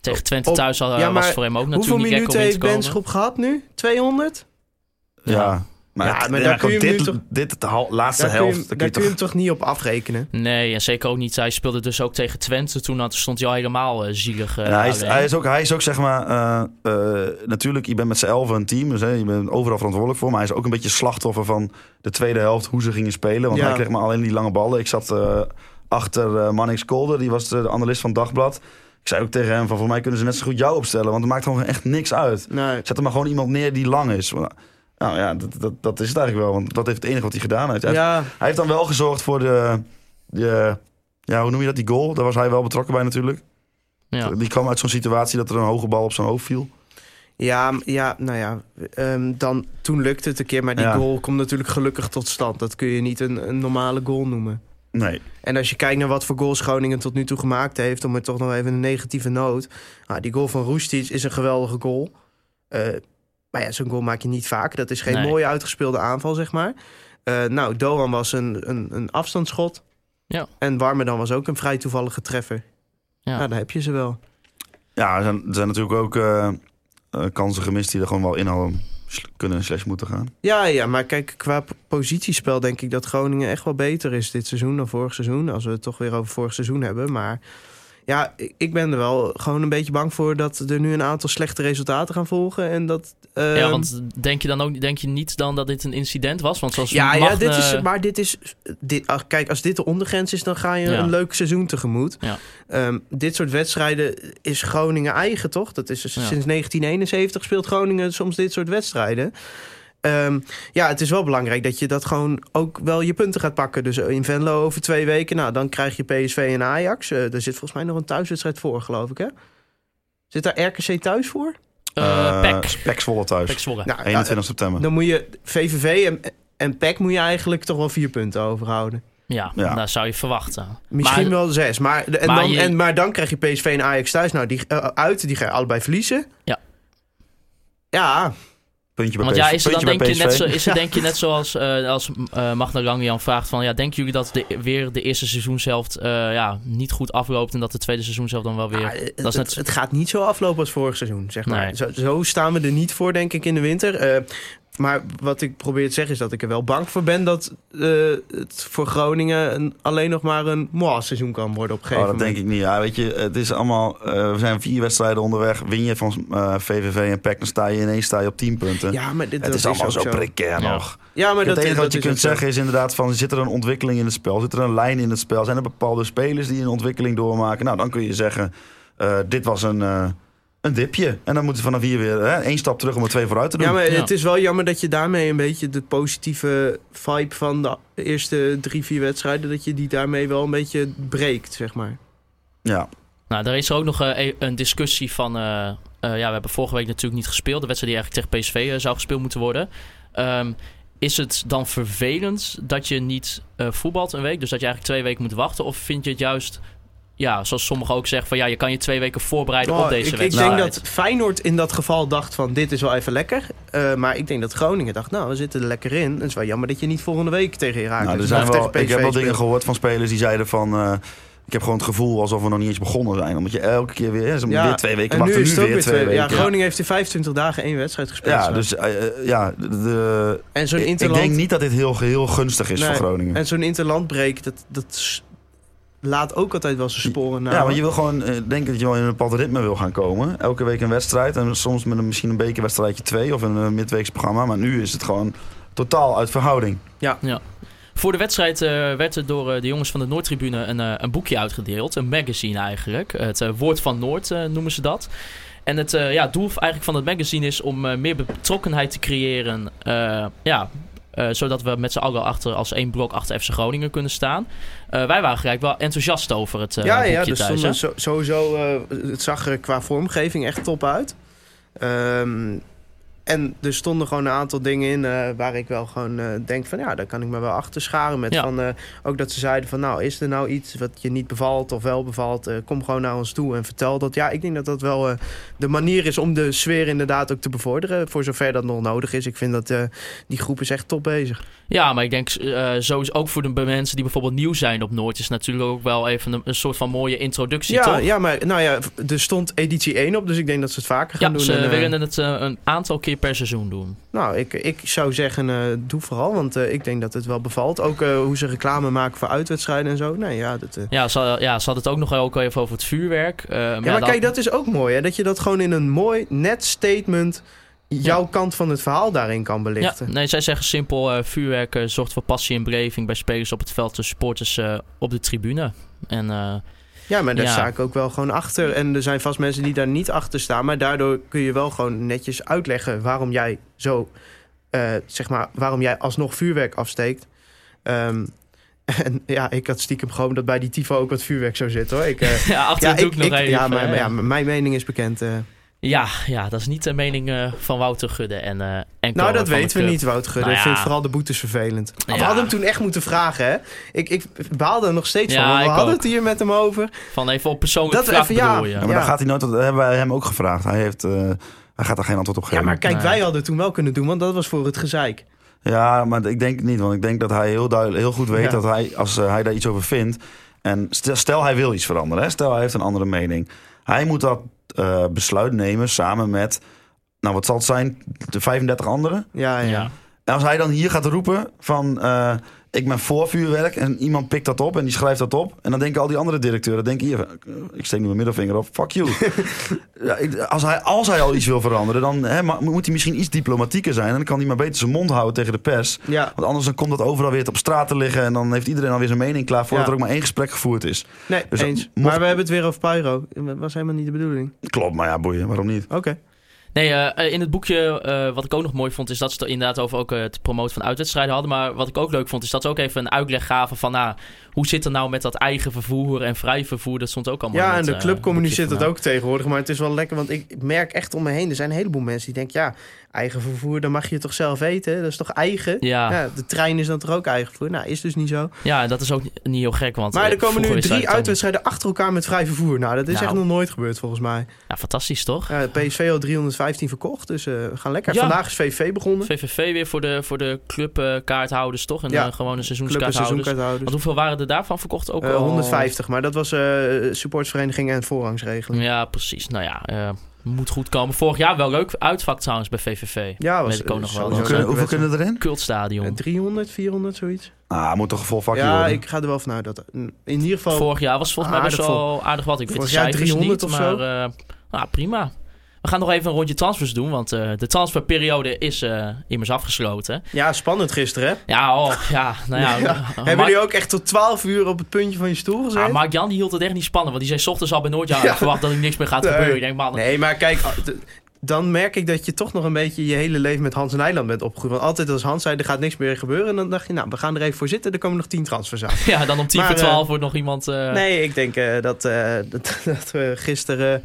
Speaker 4: Tegen Twente
Speaker 6: op-
Speaker 4: thuis al,
Speaker 6: ja,
Speaker 4: was
Speaker 6: maar
Speaker 4: voor hem ook
Speaker 6: hoeveel
Speaker 4: natuurlijk niet gek om in
Speaker 6: minuten
Speaker 4: te
Speaker 6: heeft
Speaker 4: komen.
Speaker 6: Benschop gehad nu? 200?
Speaker 5: ja. maar,
Speaker 6: Ja,
Speaker 5: het-
Speaker 6: maar
Speaker 5: ja,
Speaker 6: daar kun
Speaker 5: gewoon
Speaker 6: je hem nu
Speaker 5: dit,
Speaker 6: toch-
Speaker 5: dit de hal- laatste
Speaker 6: Daar kun je,
Speaker 5: helft.
Speaker 6: hem-
Speaker 5: dan kun
Speaker 6: daar
Speaker 5: je
Speaker 6: kun je hem
Speaker 5: toch-
Speaker 6: toch niet op afrekenen?
Speaker 4: Nee, en zeker ook niet. Hij speelde dus ook tegen Twente. Toen had, stond hij al helemaal eh, zielig. eh,
Speaker 5: Ja, Nou, hij, is,
Speaker 4: alleen.
Speaker 5: hij, is ook, hij is ook zeg maar, eh, eh, natuurlijk, je bent met z'n elfen een team, dus hè, je bent overal verantwoordelijk voor. Maar hij is ook een beetje slachtoffer van de tweede helft, hoe ze gingen spelen. Want
Speaker 6: Ja.
Speaker 5: hij kreeg maar alleen die lange ballen. Ik zat eh, achter eh Mannix Kolder, die was de, de analist van Dagblad. Ik zei ook tegen hem van, voor mij kunnen ze net zo goed jou opstellen, want het maakt gewoon echt niks uit.
Speaker 6: Nee.
Speaker 5: Zet er maar gewoon iemand neer die lang is. Nou ja, dat, dat, dat is het eigenlijk wel, want dat heeft het enige wat hij gedaan heeft. Hij
Speaker 6: Ja,
Speaker 5: hij heeft dan wel gezorgd voor de, de- Ja, hoe noem je dat? Die goal. Daar was hij wel betrokken bij natuurlijk.
Speaker 4: Ja.
Speaker 5: Die kwam uit zo'n situatie dat er een hoge bal op zijn hoofd viel.
Speaker 6: Ja, m- ja, nou ja, ehm, dan, toen lukte het een keer. Maar die
Speaker 5: Ja.
Speaker 6: goal komt natuurlijk gelukkig tot stand. Dat kun je niet een, een normale goal noemen.
Speaker 5: Nee.
Speaker 6: En als je kijkt naar wat voor goals Groningen tot nu toe gemaakt heeft... om het toch nog even een negatieve noot. Nou, die goal van Roestic is een geweldige goal. Eh, maar ja, zo'n goal maak je niet vaak. Dat is geen
Speaker 4: Nee.
Speaker 6: mooie uitgespeelde aanval, zeg maar. Eh, nou, Doan was een, een, een afstandsschot.
Speaker 4: Ja.
Speaker 6: En Warmerdam was ook een vrij toevallige treffer.
Speaker 4: Ja.
Speaker 6: Nou, daar heb je ze wel.
Speaker 5: Ja, er zijn, er zijn natuurlijk ook eh, eh, kansen gemist die er gewoon wel in hadden sl- kunnen slash moeten gaan.
Speaker 6: Ja, ja, maar kijk, qua p- positiespel denk ik dat Groningen echt wel beter is dit seizoen dan vorig seizoen. Als we het toch weer over vorig seizoen hebben. Maar ja, ik- ik ben er wel gewoon een beetje bang voor dat er nu een aantal slechte resultaten gaan volgen. En dat. ehm,
Speaker 4: ja, want denk je dan ook denk je niet dan dat dit een incident was? Want zoals eh,
Speaker 6: ja, ja,
Speaker 4: Magne-
Speaker 6: dit is, maar dit is. Dit, ach, kijk, als dit de ondergrens is, dan ga je
Speaker 4: Ja.
Speaker 6: een leuk seizoen tegemoet.
Speaker 4: Ja.
Speaker 6: Ehm, dit soort wedstrijden is Groningen eigen, toch? Dat is dus
Speaker 4: Ja.
Speaker 6: sinds 1971 speelt Groningen soms dit soort wedstrijden. Ehm, ja, het is wel belangrijk dat je dat gewoon ook wel je punten gaat pakken. Dus in Venlo over twee weken, nou, dan krijg je PSV en Ajax. Eh er zit volgens mij nog een thuiswedstrijd voor, geloof ik, hè? Zit daar RKC thuis voor?
Speaker 4: eh,
Speaker 5: Eh,
Speaker 4: Pek.
Speaker 5: Pek Zwolle thuis.
Speaker 4: Pek Zwolle.
Speaker 6: Nou,
Speaker 5: 21 september.
Speaker 6: dan moet je VVV en, en PEC moet je eigenlijk toch wel vier punten overhouden.
Speaker 4: ja,
Speaker 5: ja.
Speaker 4: dat zou je verwachten.
Speaker 6: Misschien
Speaker 4: maar,
Speaker 6: wel zes. Maar, en
Speaker 4: Maar
Speaker 6: dan,
Speaker 4: je-
Speaker 6: en, maar dan krijg je PSV en Ajax thuis. Nou, die, eh, uit, die ga je allebei verliezen.
Speaker 4: Ja.
Speaker 6: Ja,
Speaker 5: Puntje bij
Speaker 4: eh, Want ja,
Speaker 5: PSV.
Speaker 4: is het dan
Speaker 5: Puntje
Speaker 4: denk
Speaker 5: bij
Speaker 4: je net,
Speaker 5: PSV.
Speaker 4: zo, is het denk je net zoals eh als eh Magna Langian vraagt van... Ja, denken jullie dat de, weer de eerste seizoenshelft eh ja, niet goed afloopt... en dat de tweede seizoenshelft dan wel weer...
Speaker 6: Ah, het,
Speaker 4: dat is net-
Speaker 6: het gaat niet zo aflopen als vorig seizoen, zeg maar.
Speaker 4: Nee.
Speaker 6: Zo, zo staan we er niet voor, denk ik, in de winter. Eh, maar wat ik probeer te zeggen is dat ik er wel bang voor ben... dat eh, het voor Groningen een- alleen nog maar een mooi seizoen kan worden op een
Speaker 5: Oh,
Speaker 6: gegeven
Speaker 5: dat denk ik niet. Ja, weet je, het is allemaal... eh, we zijn vier wedstrijden onderweg. Win je van eh, VVV en Pek, dan sta je ineens sta je op 10 punten.
Speaker 6: Ja, maar dit
Speaker 5: het
Speaker 6: dat
Speaker 5: is allemaal
Speaker 6: ook
Speaker 5: zo precair
Speaker 4: Ja.
Speaker 5: nog.
Speaker 6: Ja,
Speaker 5: het
Speaker 6: maar dat,
Speaker 5: enige
Speaker 6: dat
Speaker 5: wat je
Speaker 6: is
Speaker 5: kunt
Speaker 6: ook zo.
Speaker 5: zeggen is inderdaad van... zit er een ontwikkeling in het spel? Zit er een lijn in het spel? Zijn er bepaalde spelers die een ontwikkeling doormaken? Nou, dan kun je zeggen... eh, dit was een, eh, een dipje. En dan moeten we vanaf hier weer hè, één stap terug om er twee vooruit te doen.
Speaker 6: Ja, maar
Speaker 4: Ja.
Speaker 6: het is wel jammer dat je daarmee een beetje de positieve vibe van de eerste drie, vier wedstrijden, dat je die daarmee wel een beetje breekt, zeg maar.
Speaker 5: Ja.
Speaker 4: Nou, daar is er ook nog eh, e- een discussie van. eh, eh, ja, we hebben vorige week natuurlijk niet gespeeld. De wedstrijd die eigenlijk tegen PSV eh, zou gespeeld moeten worden. Ehm, is het dan vervelend dat je niet eh, voetbalt een week? Dus dat je eigenlijk twee weken moet wachten? Of vind je het juist, ja, zoals sommigen ook zeggen, van ja, je kan je twee weken voorbereiden op
Speaker 6: Oh,
Speaker 4: deze
Speaker 6: ik, ik
Speaker 4: wedstrijd? Nou,
Speaker 6: denk dat Feyenoord in dat geval dacht van dit is wel even lekker. Eh, maar ik denk dat Groningen dacht, nou, we zitten er lekker in. Het is wel jammer dat je niet volgende week tegen Herakles
Speaker 5: Nou, er
Speaker 6: of
Speaker 5: zijn
Speaker 6: dus tegen
Speaker 5: wel, ik heb wel
Speaker 6: speelt.
Speaker 5: dingen gehoord van spelers die zeiden van... eh, ik heb gewoon het gevoel alsof we nog niet eens begonnen zijn. Omdat je elke keer weer... hè, ze moeten
Speaker 6: Ja,
Speaker 5: weer twee weken
Speaker 6: En nu
Speaker 5: wachten, nu,
Speaker 6: is het ook
Speaker 5: weer twee,
Speaker 6: Ja,
Speaker 5: weken. Ja,
Speaker 6: Groningen heeft in 25 dagen één wedstrijd gespeeld. zo.
Speaker 5: dus eh, eh, ja, de, de-
Speaker 6: en zo'n
Speaker 5: ik-
Speaker 6: interland...
Speaker 5: ik denk niet dat dit heel, heel gunstig is
Speaker 6: Nee.
Speaker 5: voor Groningen.
Speaker 6: En zo'n interlandbreek, dat, dat s- laat ook altijd wel zijn sporen na.
Speaker 5: ja, want
Speaker 6: Nou, hoor.
Speaker 5: je wil gewoon eh, denken dat je wel in een bepaald ritme wil gaan komen. Elke week een wedstrijd en soms met een, misschien een bekerwedstrijdje twee of een eh, midweeks programma. Maar nu is het gewoon totaal uit verhouding.
Speaker 4: Voor de wedstrijd eh, werd er door eh, de jongens van de Noordtribune een, eh, een boekje uitgedeeld. Een magazine eigenlijk. Het eh, Woord van Noord eh, noemen ze dat. En het eh, ja, doel eigenlijk van het magazine is om eh, meer betrokkenheid te creëren. eh, ja, eh, zodat we met z'n allen achter, als één blok achter FC Groningen kunnen staan. Eh, wij waren gelijk wel enthousiast over het eh
Speaker 6: ja, ja,
Speaker 4: boekje
Speaker 6: dus
Speaker 4: thuis. hè?
Speaker 6: stonden zo- sowieso, eh, het zag er qua vormgeving echt top uit. Ehm, en er stonden gewoon een aantal dingen in eh, waar ik wel gewoon eh, denk van... ja, daar kan ik me wel achter scharen. Met
Speaker 4: Ja.
Speaker 6: van, eh, ook dat ze zeiden van, nou, is er nou iets wat je niet bevalt of wel bevalt? eh, kom gewoon naar ons toe en vertel dat. Ja, ik denk dat dat wel eh, de manier is om de sfeer inderdaad ook te bevorderen. Voor zover dat nog nodig is. Ik vind dat eh, die groep is echt top bezig.
Speaker 4: Ja, maar ik denk eh, zo is ook voor de mensen die bijvoorbeeld nieuw zijn op Noord... is natuurlijk ook wel even een, een soort van mooie introductie,
Speaker 6: Ja,
Speaker 4: toch?
Speaker 6: ja, maar nou ja, er stond editie 1 op, dus ik denk dat ze het vaker gaan
Speaker 4: Ja,
Speaker 6: doen.
Speaker 4: ze
Speaker 6: en, eh,
Speaker 4: willen het eh, een aantal keer per seizoen doen.
Speaker 6: Nou, ik, ik zou zeggen, eh, doe vooral, want eh, ik denk dat het wel bevalt. Ook eh, hoe ze reclame maken voor uitwedstrijden en zo. Nee, ja, dat, eh.
Speaker 4: Ja, ze, ja, ze had het ook nog ook even over het vuurwerk. eh, maar
Speaker 6: ja, maar
Speaker 4: dan-
Speaker 6: kijk, dat is ook mooi, hè? Dat je dat gewoon in een mooi, net statement... jouw kant van het verhaal daarin kan
Speaker 4: Ja,
Speaker 6: belichten.
Speaker 4: nee, zij zeggen simpel, eh, vuurwerk eh, zorgt voor passie en beleving bij spelers op het veld en supporters eh, op de tribune. En eh,
Speaker 6: Ja, maar daar
Speaker 4: Ja.
Speaker 6: sta ik ook wel gewoon achter. En er zijn vast mensen die daar niet achter staan. Maar daardoor kun je wel gewoon netjes uitleggen waarom jij zo, eh, zeg maar, waarom jij alsnog vuurwerk afsteekt. Ehm, en ja, ik had stiekem gewoon dat bij die Tifo ook wat vuurwerk zou zitten hoor. Ik, eh,
Speaker 4: ja, achter de doek nog even.
Speaker 6: ja, maar,
Speaker 4: eh,
Speaker 6: ja, maar mijn mening is bekend. eh.
Speaker 4: ja, ja, dat is niet de mening eh, van Wouter Gudde en, eh en
Speaker 6: Nou,
Speaker 4: Cora
Speaker 6: dat
Speaker 4: van de
Speaker 6: weten we
Speaker 4: club.
Speaker 6: niet, Wout Gudde.
Speaker 4: Nou
Speaker 6: Ik
Speaker 4: ja.
Speaker 6: vind vooral de boetes vervelend.
Speaker 4: Ja.
Speaker 6: We hadden hem toen echt moeten vragen, hè. Ik, ik baalde er nog steeds
Speaker 4: Ja,
Speaker 6: van. want We
Speaker 4: ik
Speaker 6: hadden
Speaker 4: ook.
Speaker 6: het hier met hem over.
Speaker 4: Van even op persoonlijk
Speaker 6: Dat
Speaker 4: dat
Speaker 6: we
Speaker 4: vlak
Speaker 6: even- ja.
Speaker 4: bedoel je.
Speaker 5: Ja, maar
Speaker 6: Ja.
Speaker 5: dan gaat hij nooit, dat hebben wij hem ook gevraagd. Hij, heeft, eh, hij gaat daar geen antwoord op
Speaker 6: Ja,
Speaker 5: geven.
Speaker 6: maar kijk,
Speaker 4: Nee.
Speaker 6: wij hadden het toen wel kunnen doen, want dat was voor het gezeik.
Speaker 5: Ja, maar ik denk het niet. Want ik denk dat hij heel, duidelijk, heel goed weet
Speaker 6: Ja.
Speaker 5: dat hij, als eh, hij daar iets over vindt. En stel, stel hij wil iets veranderen. Hè? Stel hij heeft een andere mening. Hij moet dat eh, besluit nemen samen met, nou wat zal het zijn, de 35 anderen.
Speaker 6: Ja, ja.
Speaker 4: Ja.
Speaker 5: En als hij dan hier gaat roepen van, eh, ik ben voor vuurwerk. En iemand pikt dat op en die schrijft dat op. En dan denken al die andere directeuren, denken hier, eh, ik steek nu mijn middelvinger op, fuck you. Ja, ik- als, hij, als hij al iets wil veranderen, dan hè, ma- moet hij misschien iets diplomatieker zijn. En dan kan hij maar beter zijn mond houden tegen de pers.
Speaker 6: ja.
Speaker 5: Want anders dan komt dat overal weer op straat te liggen. En dan heeft iedereen alweer zijn mening klaar voordat
Speaker 6: Ja.
Speaker 5: er ook maar één gesprek gevoerd is.
Speaker 6: Nee,
Speaker 5: Dus,
Speaker 6: eens.
Speaker 5: mocht-
Speaker 6: Maar we hebben het weer over Pyro. Dat was helemaal niet de bedoeling.
Speaker 5: Klopt, maar ja, boeien, waarom niet?
Speaker 6: Oké.
Speaker 4: Nee, eh, eh, in het boekje, eh, wat ik ook nog mooi vond, is dat ze het inderdaad over ook eh, het promoten van uitwedstrijden hadden. Maar wat ik ook leuk vond, is dat ze ook even een uitleg gaven van, nou, hoe zit het nou met dat eigen vervoer en vrij vervoer? Dat stond ook allemaal in
Speaker 6: Ja, en
Speaker 4: het,
Speaker 6: de
Speaker 4: eh,
Speaker 6: club communiceert
Speaker 4: boekje
Speaker 6: dat
Speaker 4: van,
Speaker 6: ook tegenwoordig. Maar het is wel lekker, want ik merk echt om me heen... er zijn een heleboel mensen die denken... ja, eigen vervoer, dan mag je toch zelf eten? Dat is toch eigen?
Speaker 4: eh, Ja, ja.
Speaker 6: Ja, de trein is dan toch ook eigen vervoer? Nou, is dus niet zo.
Speaker 4: en dat is ook ni- niet heel gek, want...
Speaker 6: Maar
Speaker 4: eh,
Speaker 6: er komen
Speaker 4: vroeger
Speaker 6: nu
Speaker 4: is dat
Speaker 6: drie
Speaker 4: dan-
Speaker 6: uitwedstrijden achter elkaar met vrij vervoer. Nou, dat is
Speaker 4: Nou.
Speaker 6: echt nog nooit gebeurd volgens mij.
Speaker 4: Ja, fantastisch toch?
Speaker 6: Ja, PSV al 315 verkocht, dus eh, we gaan lekker.
Speaker 4: Ja.
Speaker 6: Vandaag is VV begonnen.
Speaker 4: VVV weer voor de, voor de clubkaarthouders, toch? En
Speaker 6: Ja.
Speaker 4: eh, gewone
Speaker 6: Club en
Speaker 4: seizoenskaarthouders. Want
Speaker 6: seizoenkaarthouders.
Speaker 4: hoeveel waren er daarvan verkocht? Ook
Speaker 6: Eh,
Speaker 4: al-
Speaker 6: 150, maar dat was eh supportsvereniging en voorrangsregeling.
Speaker 4: Ja, precies. Nou ja, eh, moet goed komen. Vorig jaar wel leuk uitvak trouwens bij VVV.
Speaker 6: Ja, was
Speaker 4: Weet ik ook
Speaker 6: eh,
Speaker 4: nog wel.
Speaker 6: sowieso
Speaker 5: Hoeveel
Speaker 6: een
Speaker 5: kunnen, hoeveel
Speaker 6: leuke
Speaker 5: kunnen erin?
Speaker 4: Cultstadion.
Speaker 6: wedstrijd. Eh, 300, 400, zoiets.
Speaker 5: Ah, moet toch een vol vakje
Speaker 6: ja,
Speaker 5: worden?
Speaker 6: ik ga er wel vanuit dat. mm, In ieder geval.
Speaker 4: Vorig jaar was volgens mij best
Speaker 6: Oh. Aardig
Speaker 4: wel aardig wat. Ik weet de
Speaker 6: Vorig jaar
Speaker 4: cijfers
Speaker 6: 300
Speaker 4: niet,
Speaker 6: of
Speaker 4: maar
Speaker 6: zo.
Speaker 4: eh, nou, prima. We gaan nog even een rondje transfers doen, want eh, de transferperiode is eh, immers afgesloten.
Speaker 6: Ja, spannend gisteren, hè?
Speaker 4: Ja, oh, ja, nou ja.
Speaker 6: Ja.
Speaker 4: eh,
Speaker 6: Hebben
Speaker 4: Mark-
Speaker 6: jullie ook echt tot 12 uur op het puntje van je stoel gezeten?
Speaker 4: Ah, Mark Jan die hield het echt niet spannend, want die zei 's ochtends al bij Noord, ja,
Speaker 6: Ja.
Speaker 4: ik verwacht dat er niks meer gaat
Speaker 6: Nee.
Speaker 4: gebeuren. Ik denk, man,
Speaker 6: Nee, maar kijk, ah, d- dan merk ik dat je toch nog een beetje je hele leven met Hans Nijland bent opgegroeid. Want altijd als Hans zei, er gaat niks meer gebeuren, dan dacht je, nou, we gaan er even voor zitten, er komen nog tien transfers aan.
Speaker 4: ja, dan om tien
Speaker 6: Maar,
Speaker 4: voor
Speaker 6: eh,
Speaker 4: twaalf wordt nog iemand... eh,
Speaker 6: Nee, ik denk eh, dat, eh, dat, dat we gisteren